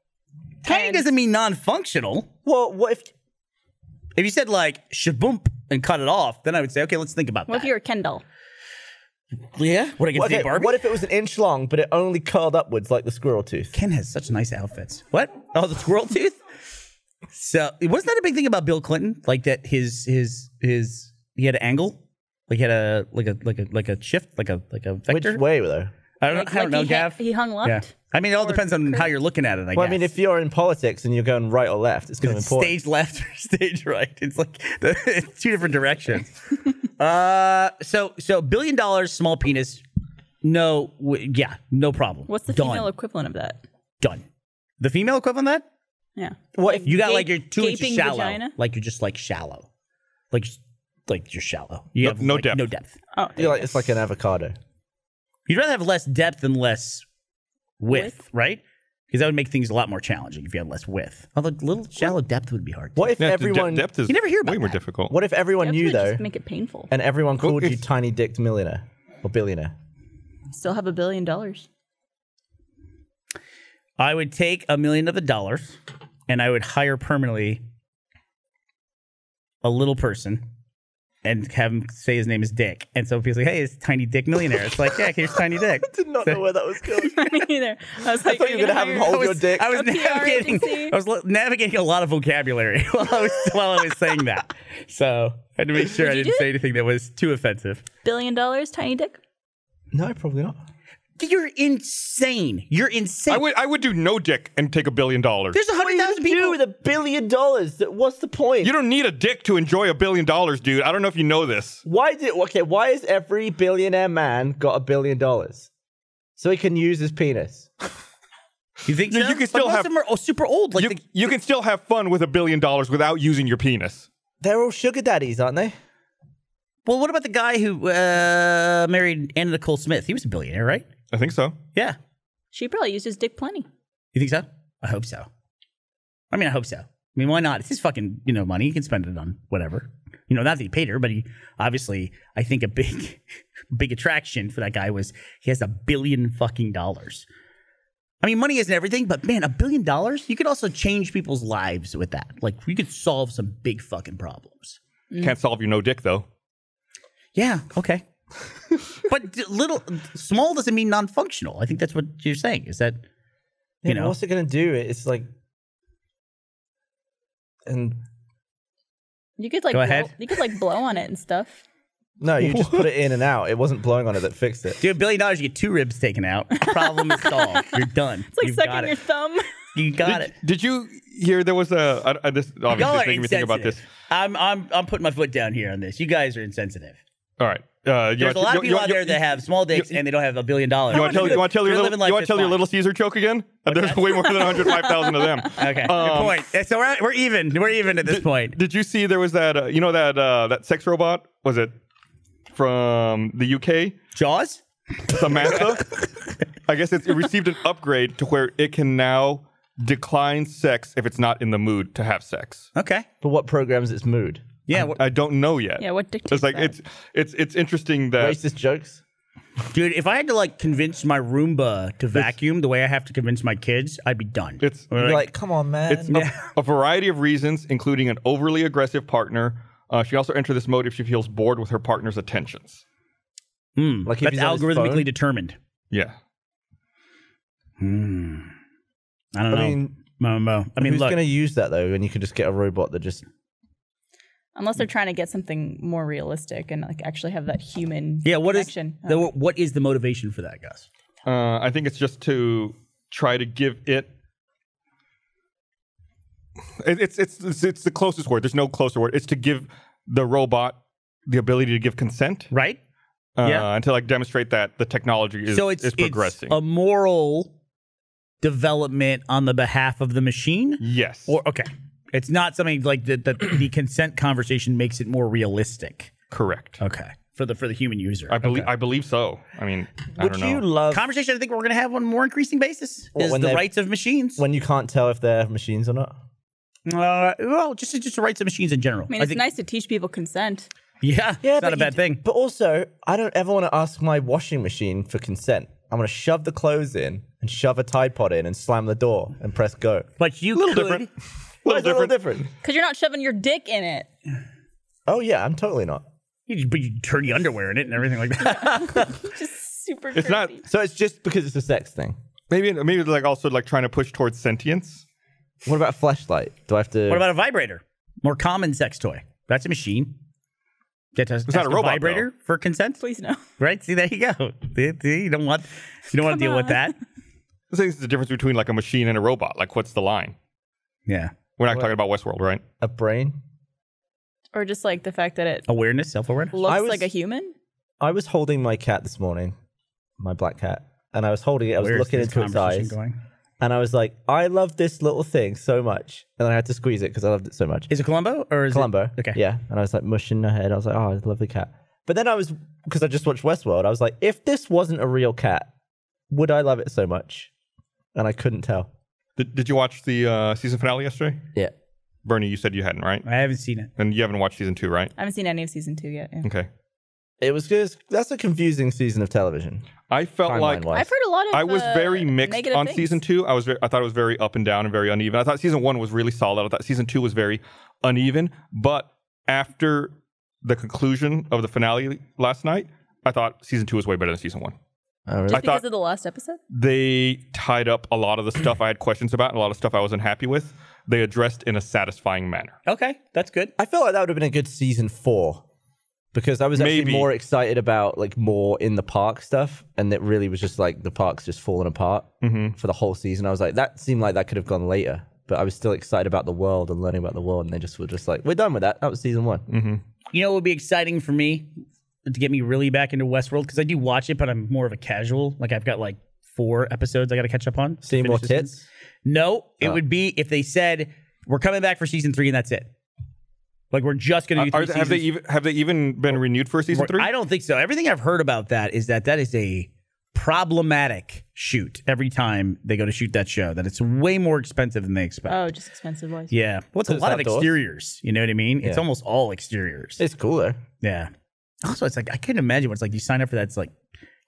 Tiny doesn't mean non-functional.
Well, what if
If you said like shaboomp and cut it off, then I would say, okay, let's think about
what if
that.
you were Kendall?
yeah, what I get
what,
to date
okay,
Barbie?
what if it was an inch long but it only curled upwards like the squirrel tooth?
Ken has such nice outfits. What? Oh, the squirrel tooth. So wasn't that a big thing about Bill Clinton? Like that his his his he had an angle, like he had a like a like a like a shift, like a like a vector.
Which way though?
I don't,
Like,
I don't
like
know,
he, hung-
Gav.
he hung left.
Yeah. I mean, it all depends on how you're looking at it. I
Well, I
guess.
mean, if you're in politics and you're going right or left, it's going to
it's
important.
stage left or stage right. It's like the, it's two different directions. uh, so so billion dollars, small penis. No, w- yeah, no problem.
What's the
Done.
female equivalent of that?
Done. The female equivalent of that?
Yeah.
What if
You got
Gape-
like you're two inches
gaping
shallow.
vagina?
Like you're just like shallow. Like just- like you're shallow. You
No-
have
no
like,
depth.
No depth.
Oh,
you're like it's like an avocado?
You'd rather have less depth than less width,
Width?
right? Because that would make things a lot more challenging if you had less width. Although little shallow depth would be hard.
What
too.
if
Yeah, the de-
everyone?
depth is
You never hear about
way more
that.
difficult.
What if everyone
That
knew
would
though,
Just make it painful.
and everyone called you
if-
tiny dicked millionaire or billionaire?
Still have a billion dollars.
I would take a million of the dollars and I would hire permanently a little person and have him say his name is Dick. And so people like, hey, it's Tiny Dick Millionaire. It's like, yeah, here's Tiny Dick.
Did not know where that was going.
Me either. I was like,
thought you were
are
gonna have him hold
hire-
your dick.
I was
A PR
navigating.
agency.
I was lo- navigating a lot of vocabulary while I was while I was saying that. So I had to make sure I
you
didn't
do
say anything that was too offensive.
billion dollars, tiny dick.
No, probably not.
You're insane. You're insane.
I would I would do no dick and take a billion dollars.
There's a hundred thousand
You
people.
with a billion dollars. That- What's the point?
You don't need a dick to enjoy a billion dollars, dude. I don't know if you know this.
Why did okay? Why has every billionaire man got a billion dollars so he can use his penis?
you think
You-
so?
you can
But
still
most
have-
of them are oh, super old. Like
you,
the,
you can still have fun with a billion dollars without using your penis.
They're all sugar daddies, aren't they?
Well, what about the guy who uh, married Anna Nicole Smith? He was a billionaire, right?
I think so.
Yeah.
She probably used his dick plenty.
You think so? I hope so. I mean, I hope so. I mean, why not? It's his fucking, you know, money. He can spend it on whatever. You know, not that he paid her, but he obviously, I think a big, big attraction for that guy was he has a billion fucking dollars. I mean, money isn't everything, but man, a billion dollars, you could also change people's lives with that. Like, we could solve some big fucking problems.
Can't solve your no dick though.
Yeah. Okay. but d- little, small doesn't mean non-functional. I think that's what you're saying. Is that
Yeah,
You
but
know.
what's it gonna do? It's like, and
You could like
Go
blow,
ahead.
You could like blow on it and stuff.
no, you just put it in and out. It wasn't blowing on it that fixed it.
dude? A billion dollars, you get two ribs taken out. Problem is solved. You're done.
It's like
You've got
sucking your
it.
thumb.
You got
did,
it.
did you hear there was a? I, I, this
Y'all
obviously
are
is making me think about this.
insensitive. I'm, I'm, I'm putting my foot down here on this. You guys are insensitive.
All right. Uh, you
There's
wanna-
a lot
you-
of people
you-
out there
you-
that have small dicks and they don't have a billion dollars.
You want to tell you want to tell your
You're
little
living life
you want to
is
tell your
fine.
little Caesar joke again? There's way more than 105,000 of them.
Okay,
um,
good point. Yeah, So we're, we're even. We're even at this point.
Did you see there was that uh, you know that uh, that sex robot was it from the UK?
Jaws.
Samantha. I guess it's, it received an upgrade to where it can now decline sex if it's not in the mood to have sex.
Okay.
But what programs its mood?
Yeah. we're-
I don't know yet.
Yeah, what
It's
dictates
like
that?
it's it's it's interesting that
Racist jokes.
Dude, if I had to like convince my Roomba to vacuum the way I have to convince my kids, I'd be done.
it's
You're like, come on, man.
it's a, a variety of reasons, including an overly aggressive partner. Uh, she also entered this mode if she feels bored with her partner's attentions.
Mm,
Like, if
that's
he's on his
algorithmically
phone?
determined.
Yeah,
Hmm. I don't
I
know.
mean,
Mo, mo. I mean,
who's
look.
gonna use that though? And you can just get a robot that just
Unless they're trying to get something more realistic and like actually have that human
yeah, what is
connection. Oh.
the, what is the motivation for that, Gus?
uh, I think it's just to try to give it. it it's, it's it's it's the closest word. There's no closer word. It's to give the robot the ability to give consent.
Right.
Uh,
Yeah.
And to like demonstrate that the technology is
so it's
is progressing.
It's a moral development on the behalf of the machine.
yes.
Or okay, it's not something like the, the the consent conversation makes it more realistic.
correct.
Okay. For the for the human user.
I believe
Okay.
I believe so. I mean, I
Would
don't
you
know.
love
conversation I think we're going to have on a more increasing basis
Well,
is
when
the
they-
rights of machines.
when you can't tell if they're machines or not?
Uh, well, just just rights of machines in general.
I mean, it's nice to teach people consent.
Yeah, yeah, it's not
but
a
you
bad
d-
thing.
But also, I don't ever want to ask my washing machine for consent. I'm gonna shove the clothes in and shove a Tide Pod in and slam the door and press go.
But you
little
could.
different.
Well,
Little
it's a little
different.
different.
Because you're not shoving your dick in it.
Oh yeah, I'm totally not.
You just, but you turn your underwear in it and everything like that.
Just super
It's not
dirty.
So it's just because it's a sex thing.
maybe maybe like also like trying to push towards sentience.
What about a flashlight? Do I have to?
what about a vibrator? More common sex toy. That's a machine. That has,
It's not a robot,
vibrator for consent,
Please no.
right? See, there you go. See, see, You don't want you don't want to deal with that.
I think it's the difference between like a machine and a robot. Like, what's the line?
Yeah,
We're not talking about Westworld, right?
a brain?
Or just like the fact that it
awareness, self awareness.
looks
was-
like a human.
I was holding my cat this morning, my black cat, and I was holding it. I was looking into its eyes,
going?
and I was like, "I love this little thing so much," and then I had to squeeze it because I loved it so much.
Is it Columbo or is
Columbo.
It, okay,
Yeah. And I was like mushing her head. I was like, oh, lovely cat. But then I was, because I just watched Westworld, I was like, if this wasn't a real cat, would I love it so much? And I couldn't tell.
Did, did you watch the uh, season finale yesterday?
Yeah.
Bernie, you said you hadn't, right?
I haven't seen it.
And you haven't watched season two, right?
I haven't seen any of season two yet. yeah.
Okay.
It was just, that's a confusing season of television.
I felt like
Timeline wise.
I've heard a lot of.
I was
uh,
very mixed
negative
on
things.
season two. I was very, I thought it was very up and down and very uneven. I thought season one was really solid. I thought season two was very uneven. But after the conclusion of the finale last night, I thought season two was way better than season one.
Oh, really?
Just
I
because
thought-
of the last episode.
They tied up a lot of the stuff I had questions about and a lot of stuff I wasn't happy with. They addressed in a satisfying manner.
Okay, that's good.
I felt like that would have been a good season four because I was
Maybe.
actually more excited about like more in the park stuff. And it really was just like the park's just falling apart for the whole season. I was like, that seemed like that could have gone later. But I was still excited about the world and learning about the world. And they just were just like, we're done with that. That was season one.
You know, it would be exciting for me to get me really back into Westworld because I do watch it, but I'm more of a casual. Like I've got like four episodes I got to catch up on. to
See more
finish this
tits?
one. No, it
Oh.
would be if they said we're coming back for season three and that's it. Like we're just gonna do three
Are- have they
seasons.
even have they even been renewed for season three?
I don't think so. Everything I've heard about that is that that is a problematic shoot every time they go to shoot that show. That it's way more expensive than they expect.
Uh,
Oh, just expensive wise.
Yeah. Well, it's a
it's
lot of
outdoors?
exteriors. You know what I mean? It's
Yeah.
almost all exteriors.
It's cool though.
yeah. Also, it's like I couldn't imagine what it's like. You sign up for that. It's like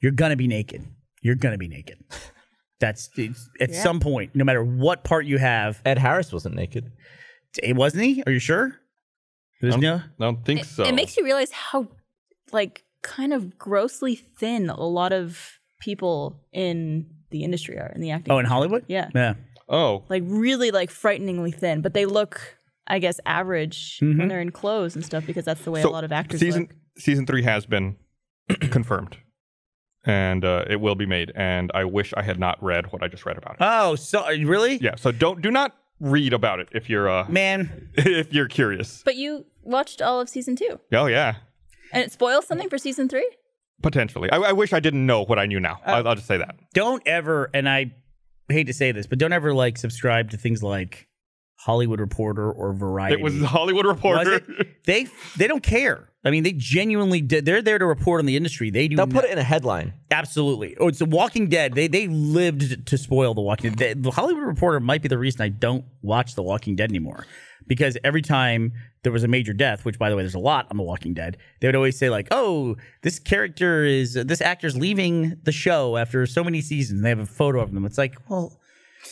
you're gonna be naked. You're gonna be naked. That's it's, at
Yeah.
some point, no matter what part you have.
Ed Harris wasn't naked.
It wasn't he? Are you sure? There's
I'm-
no.
I don't think
It,
so.
it makes you realize how, like, kind of grossly thin a lot of people in the industry are in the acting.
Oh, in Hollywood.
Yeah.
Yeah.
oh,
like really like frighteningly thin, but they look, I guess, average when they're in clothes and stuff because that's the way
Mm-hmm. so
a lot of actors
season
look.
season three has been confirmed, and uh, it will be made. And I wish I had not read what I just read about it.
Oh, so really?
yeah, so don't do not read about it if you're uh,
Man,
if you're curious.
But you watched all of season two,
Oh yeah,
and it spoils something for season three.
potentially. I, I wish I didn't know what I knew now. I, will just say that.
don't ever. And I hate to say this, but don't ever like subscribe to things like Hollywood Reporter or Variety.
It was the Hollywood
Was
Reporter.
it? They they don't care. I mean, they genuinely did. They're there to report on the industry. They do
They'll
not,
put it in a headline.
absolutely. Oh, it's The Walking Dead. They they lived to spoil The Walking Dead. They- The Hollywood Reporter might be the reason I don't watch The Walking Dead anymore because every time there was a major death, which by the way, there's a lot on The Walking Dead, they would always say like, "Oh, this character is this actor's leaving the show after so many seasons." And they have a photo of them. It's like, well.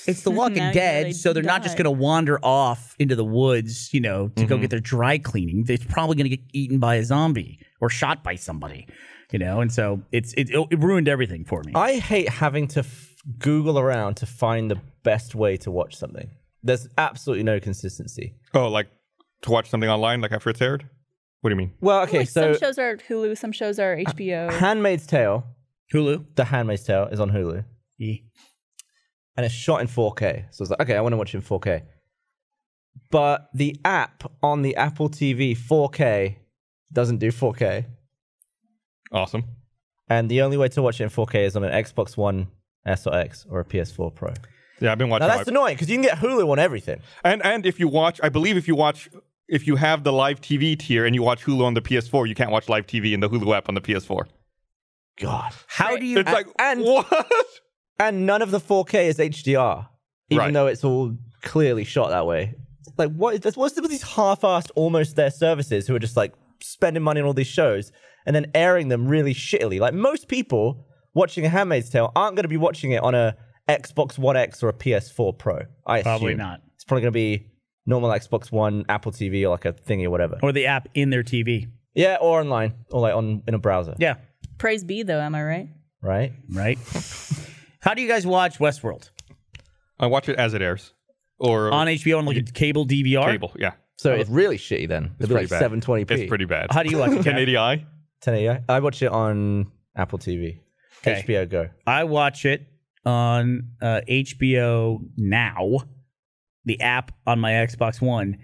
It's The Walking
Now you know
Dead,
they
so they're not just
died.
going to wander off into the woods, you know, to go get their dry cleaning. They're probably going to get eaten by a zombie or shot by somebody, you know. And so it's it, it ruined everything for me.
I hate having to f- Google around to find the best way to watch something. There's absolutely no consistency.
Oh, like to watch something online, like after it's aired. What do you mean?
Well, okay,
like
so
some shows are Hulu, some shows are HBO.
Handmaid's Tale,
Hulu.
The Handmaid's Tale is on Hulu
E.
and it's shot in 4K. So I was like, okay, I want to watch it in 4K. But the app on the Apple TV 4K doesn't do 4K.
Awesome.
And the only way to watch it in 4K is on an Xbox One S or X or a PS4 Pro.
Yeah, I've been watching.
Now
my-
that's annoying because you can get Hulu on everything.
And and if you watch, I believe if you watch, if you have the live TV tier and you watch Hulu on the PS4, you can't watch live TV in the Hulu app on the PS4.
God.
How do you?
It's like
and-
what?
And none of the 4K is HDR, even
Right.
though it's all clearly shot that way. Like, what is this? What's with these half-assed, almost there services who are just like spending money on all these shows and then airing them really shittily? Like, most people watching A Handmaid's Tale aren't going to be watching it on a Xbox One X or a PS4 Pro. I
Probably
assume.
not.
It's probably going to be normal Xbox One, Apple TV, or like a thingy or whatever.
Or the app in their TV.
yeah, or online, or like on in a browser.
Yeah.
Praise be, though, am I right?
Right.
Right? How do you guys watch Westworld?
I watch it as it airs, or
On HBO on like a Uh, cable DVR?
cable. Yeah,
So it's really shitty then. It'll be like
pretty bad.
720p.
it's pretty bad.
How do you watch it? Kev?
1080i?
1080. I watch it on Apple TV.
Okay.
HBO Go.
I watch it on uh, HBO Now, the app on my Xbox One,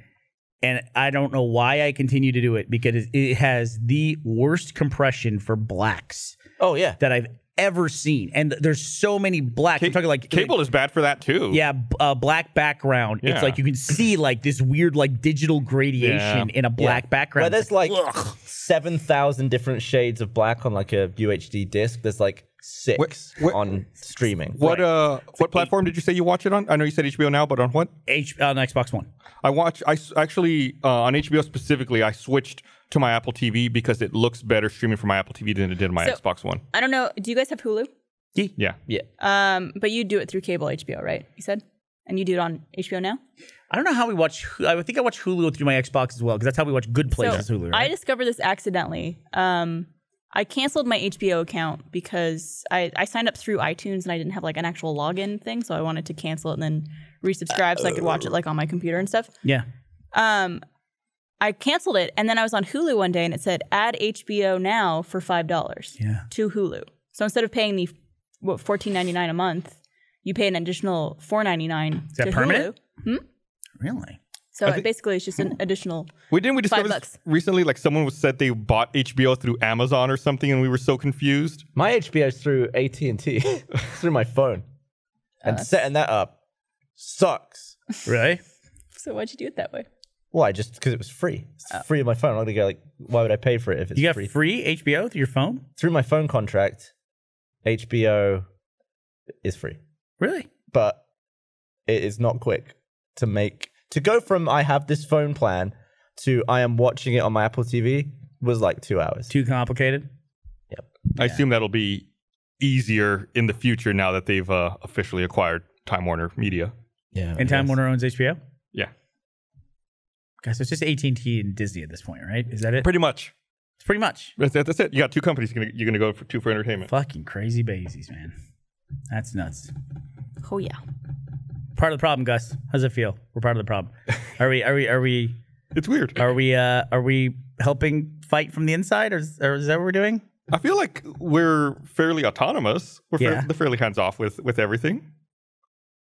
and I don't know why I continue to do it because it has the worst compression for blacks
Oh yeah.
that I've ever seen, and th- there's so many blacks. I'm talking like
cable is bad for that too.
Yeah, b- uh, black background.
Yeah.
It's like you can see like this weird like digital gradation
Yeah.
in a black background.
Where
It's
there's like seven thousand different shades of black on like a UHD disc. There's like six
Wh- wh-
on streaming.
What uh, what platform did you say you watch it on? I know you said HBO now, but on what?
H- on Xbox One.
I watch. I s- actually uh, on HBO specifically, I switched to my Apple TV because it looks better streaming from my Apple TV than it did on my
So-
Xbox One.
I don't know. Do you guys have Hulu?
Yeah,
Yeah.
Um, but you do it through cable HBO, right? You said, and you do it on HBO now.
I don't know how we watch. Hu- I think I watch Hulu through my Xbox as well because that's how we watch Good Place is Hulu.
I
Right?
discovered this accidentally. Um, I canceled my HBO account because I, I signed up through iTunes and I didn't have like an actual login thing, so I wanted to cancel it and then resubscribe so I could watch it like on my computer and stuff.
yeah,
Um, I canceled it and then I was on Hulu one day and it said add HBO now for five dollars
Yeah.
to Hulu. So instead of paying the what fourteen ninety nine a month, you pay an additional four ninety nine.
that
to
permanent? Hmm.
Hulu.
really.
So it basically it's just an additional.
we didn't we discover
bucks.
this recently? Like someone was said they bought HBO through Amazon or something, and we were so confused.
My HBO's through AT and T through my phone, and setting that up sucks.
Really?
So why'd you do it that way?
Why? Just because it was free. It's free on my phone. I'm gonna go like, why would I pay for it if it's
Uh. You got
free?
free, HBO through your phone?
through my phone contract, HBO is free.
Really?
but it is not quick to make to go from I have this phone plan to I am watching it on my Apple TV was like two hours.
Too complicated?
I assume that'll be easier in the future now that they've uh, officially acquired Time Warner Media.
yeah,
And Time Warner owns HBO.
Yeah,
Guys, so it's just AT and T and Disney at this point, right? Is that it?
pretty much.
It's pretty much.
That's, that's it. You got two companies you're gonna, you're gonna go for two for entertainment.
Fucking crazy bazies, man. That's nuts.
Oh yeah.
Part of the problem, Gus. How's it feel? We're part of the problem. Are we? Are we? Are we?
It's weird.
Are we? Uh, are we helping fight from the inside, or is, or is that what we're doing?
I feel like we're fairly autonomous. We're fair-
Yeah.
they're fairly hands off with with everything.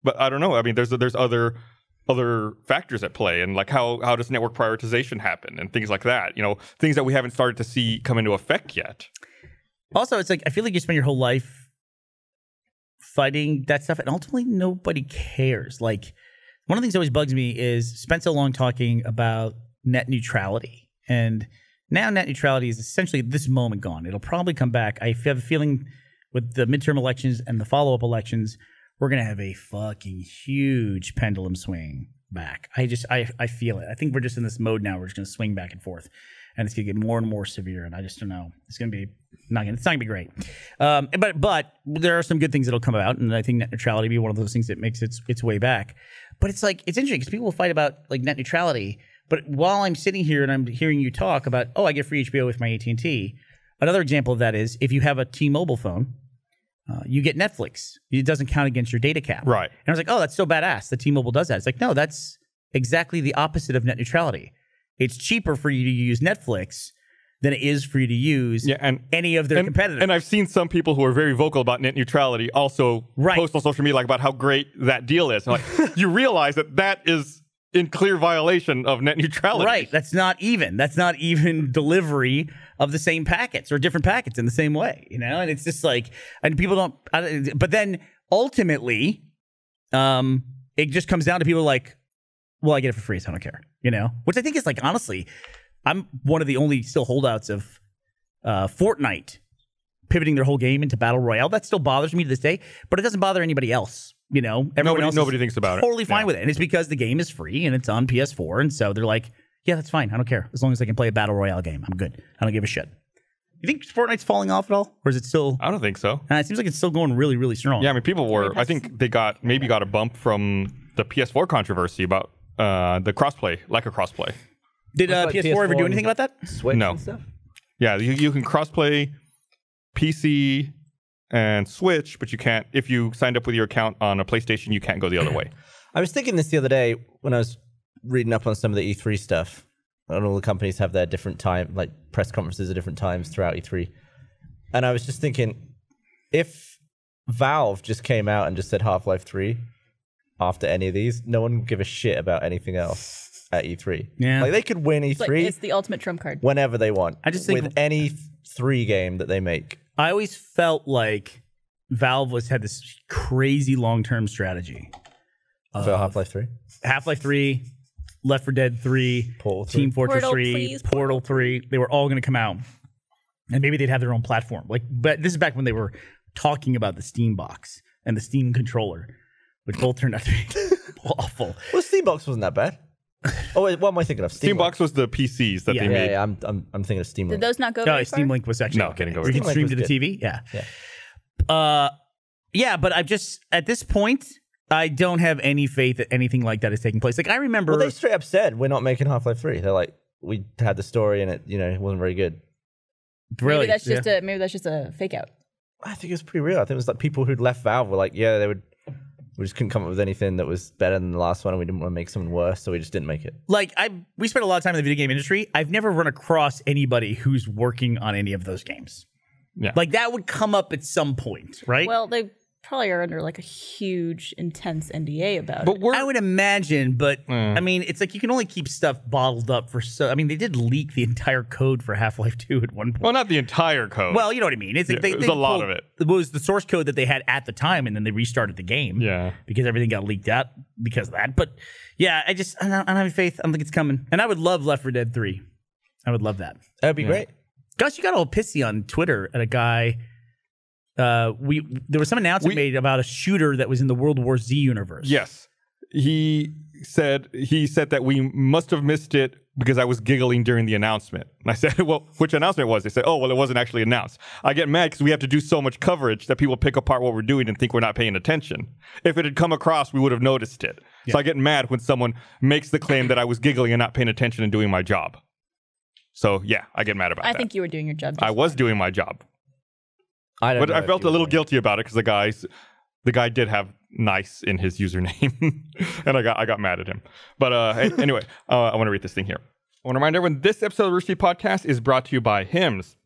But I don't know. I mean, there's there's other other factors at play, and like how how does network prioritization happen and things like that. You know, things that we haven't started to see come into effect yet.
Also, it's like I feel like you spend your whole life fighting that stuff, and ultimately nobody cares. Like one of the things that always bugs me is spent so long talking about net neutrality, and now net neutrality is essentially this moment gone. It'll probably come back. I have a feeling with the midterm elections and the follow up elections, we're gonna have a fucking huge pendulum swing back. I just I I feel it. I think we're just in this mode now. We're just gonna swing back and forth, and it's gonna get more and more severe. And I just don't know. It's gonna be not gonna it's not gonna be great. Um, but but there are some good things that'll come out, and I think net neutrality will be one of those things that makes its its way back. But it's like it's interesting because people will fight about like net neutrality. But while I'm sitting here and I'm hearing you talk about, oh, I get free HBO with my AT and T. Another example of that is if you have a T-Mobile phone, uh, you get Netflix. It doesn't count against your data cap.
Right.
And I was like, oh, that's so badass that T-Mobile does that. It's like, no, that's exactly the opposite of net neutrality. It's cheaper for you to use Netflix than it is for you to use
Yeah, and-
any of their
and,
competitors.
and I've seen some people who are very vocal about net neutrality also
Right.
post on social media like about how great that deal is. And, like you realize that that is in clear violation of net neutrality.
Right. That's not even. That's not even delivery of the same packets or different packets in the same way, you know? And it's just like, and people don't, I don't- but then ultimately, um, it just comes down to people like, well, I get it for free, so I don't care, you know? Which I think is like, honestly, I'm one of the only still holdouts of uh, Fortnite pivoting their whole game into battle royale. That still bothers me to this day, but it doesn't bother anybody else. You know, everyone
Nobody-
else is
nobody thinks about it.
Totally fine
Yeah.
with it, and it's because the game is free and it's on PS4, and so they're like, yeah, that's fine. I don't care as long as I can play a battle royale game. I'm good. I don't give a shit. You think Fortnite's falling off at all, or is it still?
I don't think so.
Uh, it seems like it's still going really, really strong.
Yeah, I mean, people were. I think they got maybe got a bump from the PS4 controversy about uh, the crossplay, lack of crossplay.
Did uh,
like
PS4, ever do
PS4
anything about that?
Switch
No.
and stuff.
Yeah, you, you can crossplay PC and Switch, but you can't if you signed up with your account on a PlayStation. You can't go the other way.
I was thinking this the other day when I was reading up on some of the E3 stuff, and all the companies have their different time, like press conferences at different times throughout E3. And I was just thinking, if Valve just came out and just said Half Life 3 after any of these, no one would give a shit about anything else at E3.
Yeah.
Like they could win E3
It's, like, it's the ultimate trump card.
whenever they want.
I just think-
with any th- three game that they make.
I always felt like Valve was had this crazy long term strategy. Uh,
for Half Life 3.
Half Life Three, Left for Dead Three,
Portal
Team
3.
Fortress
Portal,
Three,
please,
Portal Three. They were all going to come out, and maybe they'd have their own platform. Like, but this is back when they were talking about the Steam Box and the Steam controller, which both turned out to be awful.
Well, Steambox wasn't that bad. Oh, wait, what am I thinking of?
Steambox was the PCs that
Yeah.
they
Yeah,
made.
yeah, I'm, I'm, I'm thinking of Steam.
Did those not go
No,
very far?
Steam Link was actually
No,
okay.
didn't go
You
very
can
far.
stream to
Steam
the
Link
TV. Yeah. Uh, yeah, but I'm just at this point, I don't have any faith that anything like that is taking place. Like I remember,
Well, they straight up said we're not making Half Life Three. They're like, we had the story and it, you know, it wasn't very good.
Maybe
really,
that's just
yeah.
a maybe that's just a fake out.
I think it was pretty real. I think it was like people who'd left Valve were like, yeah, they would. We just couldn't come up with anything that was better than the last one, and we didn't want to make something worse, so we just didn't make it.
like I we spent a lot of time in the video game industry. I've never run across anybody who's working on any of those games.
Yeah.
like that would come up at some point, right?
Well, they probably are under like a huge, intense NDA about
But
it.
we're
I would imagine, but
Mm.
I mean, it's like you can only keep stuff bottled up for so. I mean, they did leak the entire code for Half Life Two at one point.
well, not the entire code.
Well, you know what I mean. It's like
Yeah,
they,
it was
they
a lot
pulled-
of it.
It was the source code that they had at the time, and then they restarted the game.
Yeah.
because everything got leaked out because of that. But yeah, I just I don't, I don't have any faith. I don't think it's coming. And I would love Left 4 Dead 3. I would love that.
That would be great.
Gus, you got all pissy on Twitter at a guy. Uh, we there was some announcement
We-
made about a shooter that was in the World War Z universe.
Yes. He said he said that we must have missed it because I was giggling during the announcement. And I said, "Well, which announcement was?" it?" They said, "Oh, well, it wasn't actually announced." I get mad because we have to do so much coverage that people pick apart what we're doing and think we're not paying attention. If it had come across, we would have noticed it. So I get mad when someone makes the claim that I was giggling and not paying attention and doing my job. So yeah, I get mad about
I
that.
think you were doing your job.
I was doing my job,
I don't.
but
know
I
if
felt
you
a little
would.
guilty about it because the guys, the guy did have nice in his username, and I got I got mad at him. But uh, hey, anyway, uh, I want to read this thing here. I want to remind everyone this episode of Rooster Teeth Podcast is brought to you by Hims.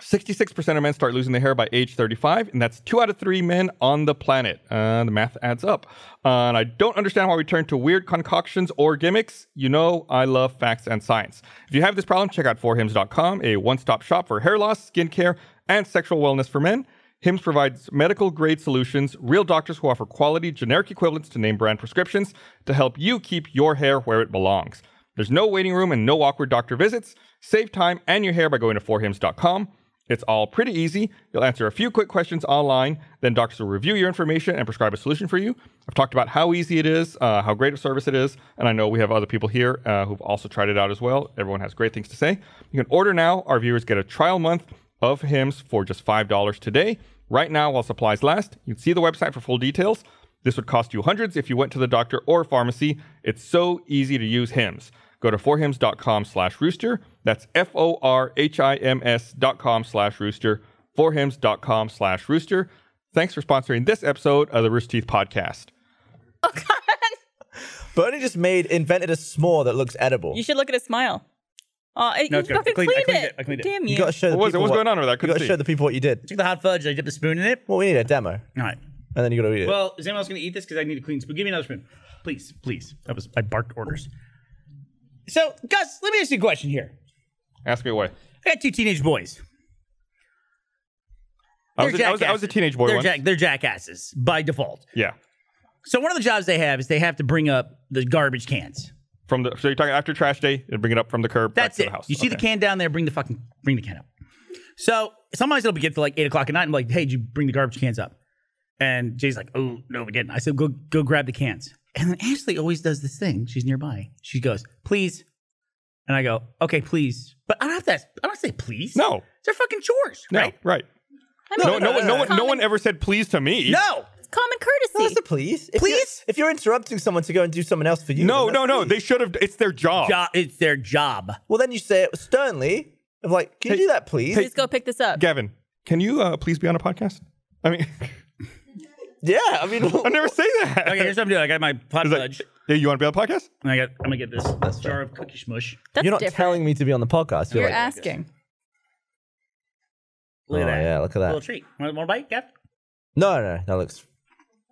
66% of men start losing their hair by age 35, and that's two out of three men on the planet. Uh, the math adds up. Uh, and I don't understand why we turn to weird concoctions or gimmicks. You know, I love facts and science. If you have this problem, check out 4hims.com, a one stop shop for hair loss, skincare, and sexual wellness for men. HIMS provides medical grade solutions, real doctors who offer quality, generic equivalents to name brand prescriptions to help you keep your hair where it belongs. There's no waiting room and no awkward doctor visits. Save time and your hair by going to 4hims.com. It's all pretty easy. You'll answer a few quick questions online, then doctors will review your information and prescribe a solution for you. I've talked about how easy it is, uh, how great a service it is, and I know we have other people here uh, who've also tried it out as well. Everyone has great things to say. You can order now. Our viewers get a trial month of hymns for just $5 today. Right now, while supplies last, you can see the website for full details. This would cost you hundreds if you went to the doctor or pharmacy. It's so easy to use hymns. Go to forhims.com slash rooster. That's F-O-R-H-I-M-S dot com slash rooster. Forhims.com slash rooster. Thanks for sponsoring this episode of the Rooster Teeth Podcast.
Bernie just made invented a s'more that looks edible.
You should look at his smile. Oh, I,
No,
you
it's good. I
fucking
cleaned-
cleaned,
I cleaned
it.
it. I cleaned it.
Damn you.
You gotta show the
What was it?
people
what's
what-
going on over there? I
You
couldn't
gotta
see.
show the people what you did.
Took the hot fudge, I dipped a spoon in it. All
Well, we need a demo, and
right.
then you gotta eat it.
Well, is anyone else going to eat this? Because I need a clean spoon. Give me another spoon, please, please. That was I barked orders. So, Gus, let me ask you a question here.
Ask me away.
I got two teenage boys.
I
They're
was, a, I, was, I was a
jackasses.
teenage boy
They're,
once.
jack- they're jackasses by default.
yeah.
So one of the jobs they have is they have to bring up the garbage cans.
From the so you're talking after trash day and bring it up from the curb back
That's
to
it.
the house.
You see the
Okay.
can down there, bring the fucking bring the can up. So sometimes it'll be good for like eight o'clock at night. I'm like, hey, did you bring the garbage cans up? And Jay's like, oh no, we didn't. I said, go go grab the cans. And then Ashley always does this thing. She's nearby. She goes, please. And I go, okay, please. But I don't have to. ask- I don't say please.
No.
They're fucking chores,
No,
right?
right.
I
No,
mean,
no,
it's
one, no one, no
common-
one ever said please to me.
No.
it's common
No,
courtesy.
that's a please. If you're-
Please?
if you're interrupting someone to go and do something else for you,
no,
then
no,
that's
no.
please.
They should have. It's their job.
Jo- it's their job.
Well, then you say it sternly, of like, can
Hey,
you do that, please?
Please go pick this up.
Gavin, can you uh, please be on a podcast? I mean,
Yeah, I mean,
I never say that.
Okay, here's what I'm doing. I got my pot
It's like,
fudge,
hey, you want to be on a podcast?
and I got. I'm gonna get this jar of cookie smush.
That's
you're not
different.
telling me to be on the podcast. You're,
You're
like,
asking.
Look at
Oh,
that.
yeah, look at that.
Little treat. Want more bite, Gav?
no, no, no, that looks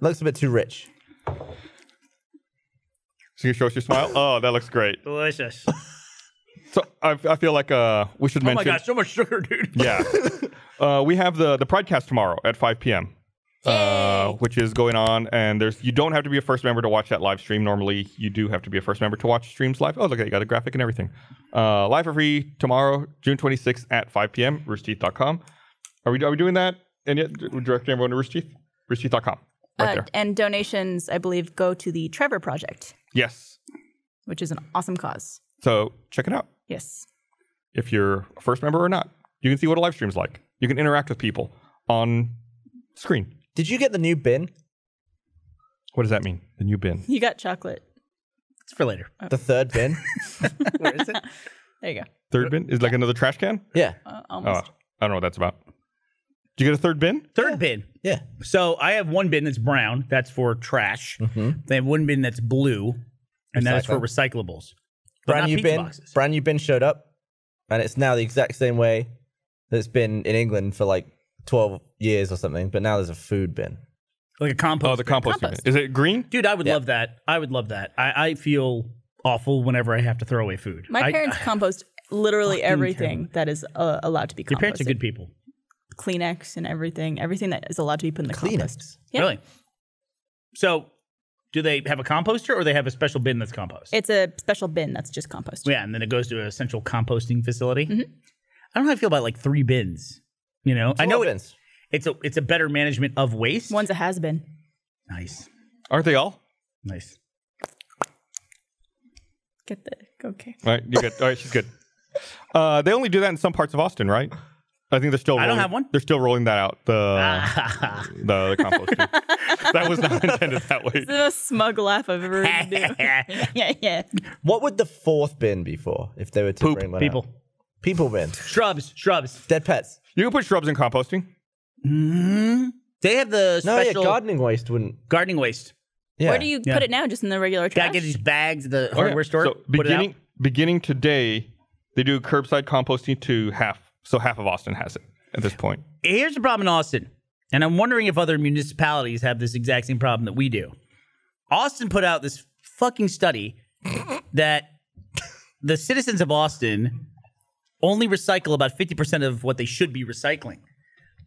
looks a bit too rich.
So you show us your smile. Oh, that looks great.
Delicious.
So I, I feel like uh, we should
oh
mention.
my gosh, so much sugar, dude.
Yeah. uh, we have the the podcast tomorrow at 5 p.m. Uh, which is going on, and there's you don't have to be a first member to watch that live stream. Normally, you do have to be a first member to watch streams live. Oh, look at that, you got a graphic and everything. Uh, live for free tomorrow, June 26th at 5 p.m. Roosterteeth.com. Are we are we doing that? And yet, we're directing everyone to Roosterteeth. Roosterteeth.com. Right
Uh,
there.
and donations, I believe, go to the Trevor Project,
Yes.
which is an awesome cause.
So check it out.
Yes.
if you're a first member or not. You can see what a live stream's like. You can interact with people on screen.
Did you get the new bin?
What does that mean? The new bin.
You got chocolate.
It's for later.
Uh,
The third bin?
Where is it?
There you go.
Third bin is like another trash can.
Yeah,
Uh,
Oh, I
almost.
don't know what that's about. Did you get a third bin?
Third bin.
yeah.
So I have one bin that's brown. That's for trash. They have one bin that's blue, and that is for recyclables. But
Brand
not
new
pizza
bin.
boxes.
Brand new bin showed up, and it's now the exact same way that it's been in England for like twelve years or something. But now there's a food bin.
like a compost.
Oh, the compost,
Compost.
bin. Is it green?
Dude, I would love that. I would love that. I, I feel awful whenever I have to throw away food.
My
I-
parents compost literally everything that is uh, allowed to be composted.
your parents are good people.
Kleenex and everything, everything that is allowed to be put in the compost.
Kleenex.
Yeah.
Really? So, do they have a composter or they have a special bin that's compost?
It's a special bin that's just compost.
yeah, and then it goes to a central composting facility.
Mm-hmm.
I don't know how I feel about like three bins. You know, I know
Four
it,
bins.
it's a it's a better management of waste.
One's a has been.
nice,
Aren't they all?
nice.
Get the okay.
All right, you good. All right, she's good. Uh, they only do that in some parts of Austin, right? I think they're still.
I
Rolling,
don't have one.
They're still rolling that out. The the, the compost. bin. that was not intended that way.
The most smug laugh I've ever heard you do. yeah, yeah.
What would the fourth bin be for if they were to
Poop.
bring one
People,
out? People bin.
shrubs, shrubs.
Dead pets.
You can put shrubs in composting.
They have the
No,
special
yeah, gardening waste wouldn't.
gardening waste.
Yeah.
Where do you
Yeah.
put it now? Just in the regular trash.
Gotta get these bags at the
Oh, yeah.
hardware store.
So
put it out.
beginning beginning today, they do curbside composting to half. So half of Austin has it at this point.
Here's the problem in Austin, and I'm wondering if other municipalities have this exact same problem that we do. Austin put out this fucking study that the citizens of Austin only recycle about 50% of what they should be recycling.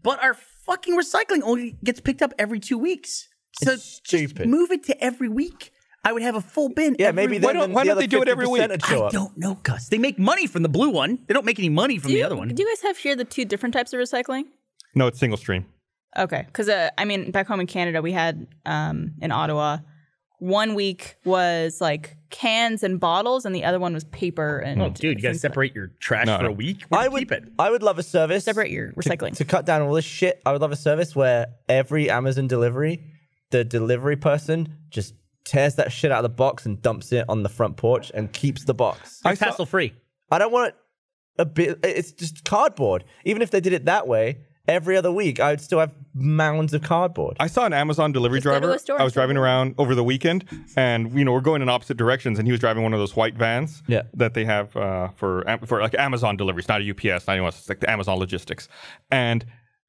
But our fucking recycling only gets picked up every two weeks. So
It's stupid.
just move it to every week. I would have a full bin.
Yeah,
every
maybe
week.
then,
why don't-
then
why
the
don't
other
they do it every
50%
week?
would show
I
up.
don't know, Gus. They make money from the blue one. They don't make any money from
do,
the
you,
other one.
do you guys have here the two different types of recycling?
No, it's single stream.
Okay, because uh, I mean, back home in Canada, we had um, in Ottawa, one week was like cans and bottles, and the other one was paper and.
Oh, dude, you gotta separate your trash for a week. Where do
I
you
would.
keep it.
I would love a service.
Separate your recycling.
to cut down all this shit, I would love a service where every Amazon delivery, the delivery person just tears that shit out of the box and dumps it on the front porch and keeps the box.
It's hassle free.
I don't want a bit. It's just cardboard. Even if they did it that way, every other week, I would still have mounds of cardboard.
I saw an Amazon delivery
go to
driver.
a store
I was
and
driving around over the weekend, and you know we're going in opposite directions, and he was driving one of those white vans
Yeah.
that they have uh, for Am- for like Amazon deliveries, not a UPS, not anyone else, it's like the Amazon logistics, and.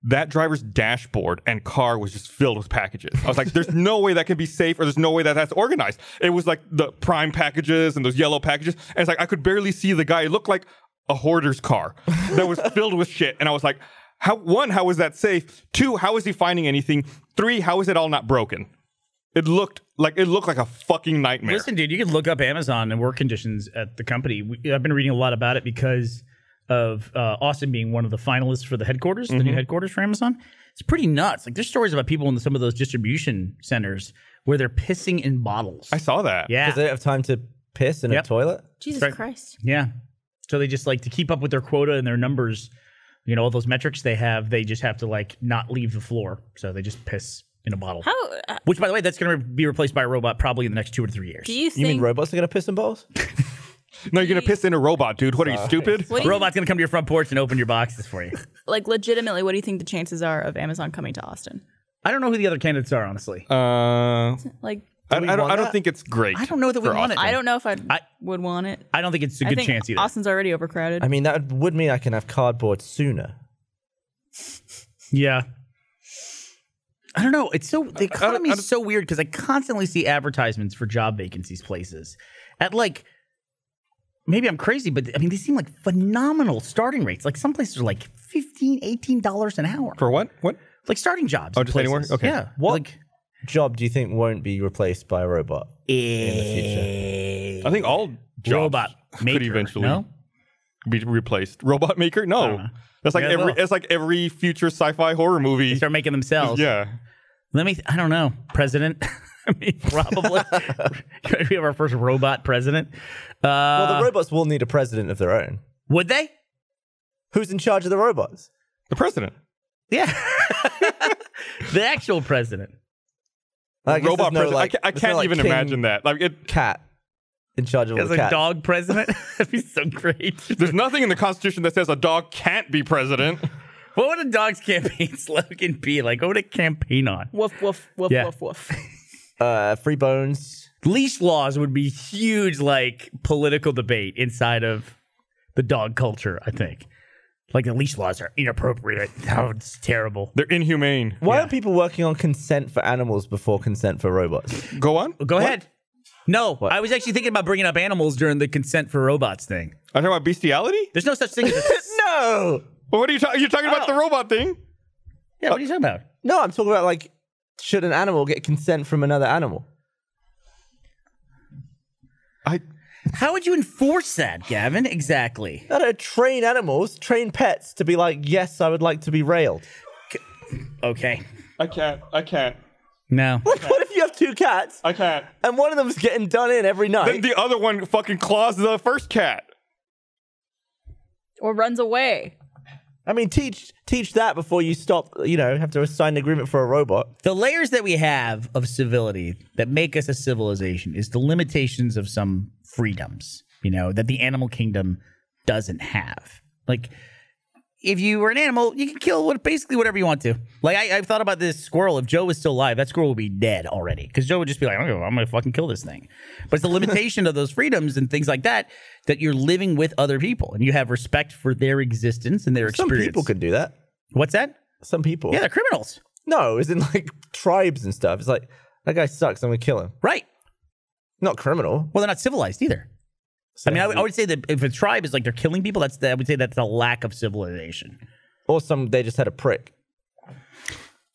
That driver's dashboard and car was just filled with packages. I was like, "There's no way that can be safe, or there's no way that that's organized." It was like the prime packages and those yellow packages, and it's like I could barely see the guy. It looked like a hoarder's car that was filled with shit, and I was like, how one how is that safe two how is he finding anything three how is it all not broken it looked like it looked like a fucking nightmare
Listen, dude, you can look up Amazon and work conditions at the company. We, I've been reading a lot about it because of uh, Austin being one of the finalists for the headquarters, the new headquarters for Amazon. It's pretty nuts. Like there's stories about people in some of those distribution centers where they're pissing in bottles.
I saw that.
yeah,
Because they don't have time to piss in
Yep.
a toilet.
Jesus
Right.
Christ.
yeah. So they just like to keep up with their quota and their numbers. You know all those metrics they have. They just have to like not leave the floor. So they just piss in a bottle.
How uh,
Which, by the way, that's going to be replaced by a robot probably in the next two or three years.
do you
You
think?
mean robots are gonna piss in bottles?
No, you're gonna piss in a robot, dude. What are you stupid?
what do you
Robot's going to come to your front porch and open your boxes for you.
like legitimately? What do you think the chances are of Amazon coming to Austin?
I don't know who the other candidates are, honestly.
Uh,
Like,
I, I don't.
want
I don't
that?
think it's great.
I don't know that we
for
want it.
Austin.
I don't know if I'd,
I-
I would want it.
I don't think it's a
I
good
think
chance either.
Austin's already overcrowded.
I mean, that would mean I can have cardboard sooner.
Yeah. I don't know. It's so the
I don't-
economy is so weird because I constantly see advertisements for job vacancies places at like maybe I'm crazy, but I mean they seem like phenomenal starting rates. Like some places are like 15 dollars an hour
For what? What?
like starting jobs.
Oh,
in
just anywhere?
places.
Okay.
Yeah.
What
Like
job do you think won't be replaced by a robot?
in
the
I think all jobs
eh, robot maker,
could eventually
no?
be replaced. Robot maker? No.
Uh-uh.
That's like
Yeah, it
every.
will.
It's like every future sci-fi horror
They
movie.
start making themselves.
Yeah.
Let me. I don't know. President. I mean, probably. Could we have our first robot president? Uh,
well, the robots will need a president of their own.
would they?
Who's in charge of the robots?
The president.
Yeah. the actual president.
I guess
robot
there's no,
president.
like-
I, ca- I
there's
can't
no, like,
even
king
imagine that. Like it.
Cat in charge of all
As
the
a
cats.
dog president. That'd be so great.
There's nothing in the Constitution that says a dog can't be president.
What would a dog's campaign slogan be? Like, what would it campaign on?
woof woof woof
Yeah.
woof woof.
Uh, free bones.
Leash laws would be huge, like, political debate inside of the dog culture, I think. Like, the leash laws are inappropriate. Oh, it's terrible.
They're inhumane.
Why aren't people working on consent for animals before consent for robots?
Go on.
Go ahead. No,
What?
I was actually thinking about bringing up animals during the consent for robots thing.
Are you talking about bestiality?
There's no such thing as a.
no,
Well, what are you talking? You're talking about the robot thing.
yeah, what are you talking about?
no. I'm talking about like, should an animal get consent from another animal?
I.
How would you enforce that, Gavin? Exactly.
No, no. Train animals, train pets to be like, yes, I would like to be railed.
Okay.
I can't. I can't.
No.
Like, what if you have two cats
I can't.
and one of them's getting done in every night?
Then the other one fucking claws the first cat.
or runs away.
I mean, teach teach that before you stop. You know, have to sign an agreement for a robot.
The layers that we have of civility that make us a civilization is the limitations of some freedoms, you know, that the animal kingdom doesn't have. Like, if you were an animal, you can kill what, basically whatever you want to. Like, I, I've thought about this squirrel. If Joe was still alive, that squirrel would be dead already because Joe would just be like, I'm gonna, I'm gonna fucking kill this thing. But it's the limitation of those freedoms and things like that that you're living with other people and you have respect for their existence and their
Some
experience.
people can do that.
What's that?
Some people.
Yeah, they're criminals.
No, it's in like tribes and stuff. It's like that guy sucks. I'm gonna kill him.
Right.
Not criminal.
Well, they're not civilized either. I mean, I, would- I would say that if a tribe is like they're killing people, that's the, I would say that's a lack of civilization.
Or some they just had a prick.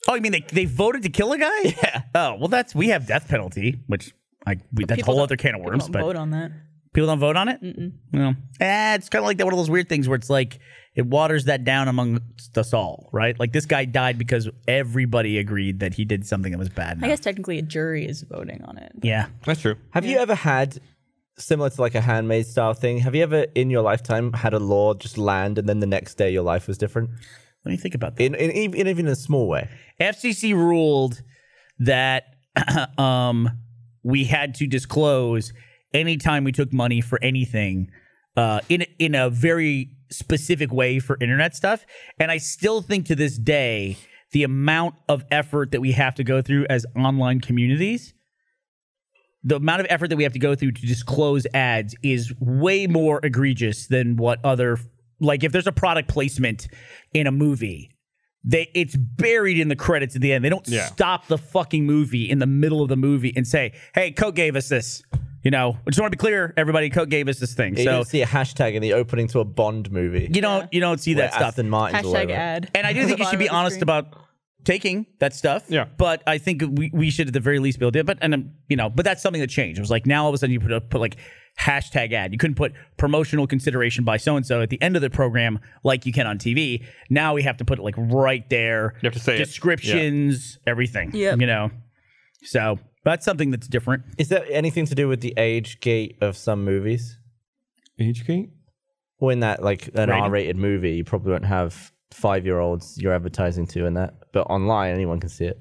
Oh, you mean they, they voted to kill a guy? Yeah. Oh, well, that's we have death penalty, which like we, that's a
people
whole
don't-
other can of
People
worms.
don't
But
vote on that.
people don't vote on it. Mm-mm. No, eh, it's kind of like that one of those weird things where it's like it waters that down amongst us all, right? Like this guy died because everybody agreed that he did something that was bad.
I
enough.
guess technically a jury is voting on it.
Yeah.
That's true.
Have you ever had similar to like a handmade style thing? Have you ever in your lifetime had a law just land and then the next day your life was different?
Let me think about that.
In in, ev- in even a small way.
FCC ruled that um, we had to disclose anytime we took money for anything uh, in in a very specific way for internet stuff. And I still think to this day the amount of effort that we have to go through as online communities the amount of effort that we have to go through to disclose ads is way more egregious than what other like if there's a product placement in a movie they it's buried in the credits at the end they don't
Yeah.
stop the fucking movie in the middle of the movie and say hey coke gave us this you know i just want to be clear everybody coke gave us this thing
You
so
don't see a hashtag in the opening to a Bond movie.
you don't you don't see
where
that stuff
Aston Martin's all
Hashtag
over it.
ad.
and i do
At the
think you should
bottom
be
of the
honest
screen.
about taking that stuff.
Yeah.
But I think we, we should at the very least be able to. But and um, you know, but that's something that changed. It was like now all of a sudden you put a, put like hashtag ad. You couldn't put promotional consideration by so and so at the end of the program like you can on TV. Now we have to put it like right there.
You have to say it. Yeah.
descriptions, everything.
Yep.
You know, so that's something that's different.
Is that anything to do with the age gate of some movies?
Age gate?
When that like an
Rating.
R-rated movie, you probably won't have five-year-olds you're advertising to and that. But online, anyone can see it.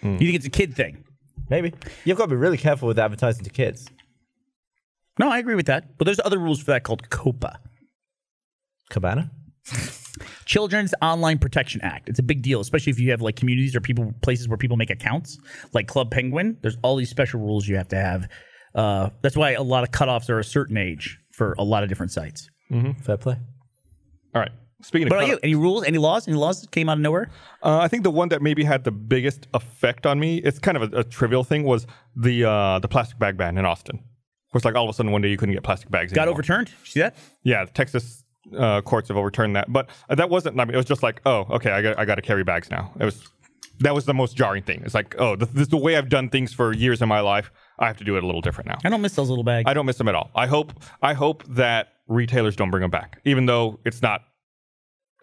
Mm.
You think it's a kid thing?
Maybe you've got to be really careful with advertising to kids.
No, I agree with that. But there's other rules for that called COPA.
Cabana.
Children's Online Protection Act. It's a big deal, especially if you have like communities or people places where people make accounts, like Club Penguin. There's all these special rules you have to have. Uh, that's why a lot of cutoffs are a certain age for a lot of different sites. Uh,
Fair play.
All right. Speaking
What
of
about you? Any rules? Any laws? Any laws that came out of nowhere?
Uh, I think the one that maybe had the biggest effect on me, it's kind of a, a trivial thing, was the uh, the plastic bag ban in Austin. Of course, like all of a sudden one day you couldn't get plastic bags.
Got
anymore.
overturned? See that?
Yeah, the Texas uh, courts have overturned that, but uh, that wasn't. I mean, it was just like, oh, okay, I got I got to carry bags now. It was that was the most jarring thing. It's like, oh, this, this is the way I've done things for years in my life. I have to do it a little different now.
I don't miss those little bags.
I don't miss them at all. I hope I hope that retailers don't bring them back, even though it's not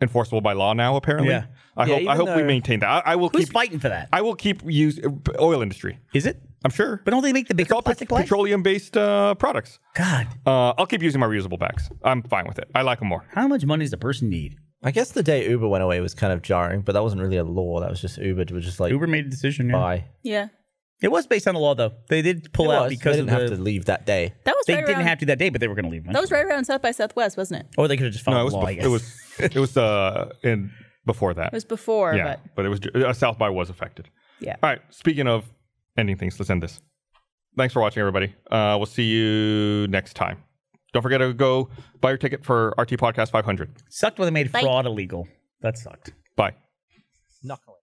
enforceable by law now. Apparently,
Yeah.
I
Yeah,
hope I
even
hope we
though-
maintain that. I, I will
Who's
keep
fighting for that?
I will keep use oil industry.
Is it?
I'm sure.
But don't they make the big
it's all pet-
plastic bags?
petroleum-based uh, products.
God,
Uh, I'll keep using my reusable bags. I'm fine with it. I like them more.
how much money does a person need?
I guess the day Uber went away was kind of jarring, but that wasn't really a law. That was just Uber was just like
Uber made a decision. Yeah.
buy.
Yeah.
It was based on the law, though. They did pull
It
out
was.
because
they
of
didn't
the.
have to leave that day.
That was
they
right
didn't
around,
have to that day, but they were going to leave.
That was right around South by Southwest, wasn't it?
Or they could have just followed
No, it was
the law. I
bef-
guess.
it was it was uh in before that.
It was before,
yeah,
but
but it was uh, South by was affected.
yeah.
All right. Speaking of ending things, let's end this. Thanks for watching, everybody. Uh, we'll see you next time. Don't forget to go buy your ticket for RT Podcast 500.
sucked when they made fraud illegal. That sucked.
Bye.
Knuckling.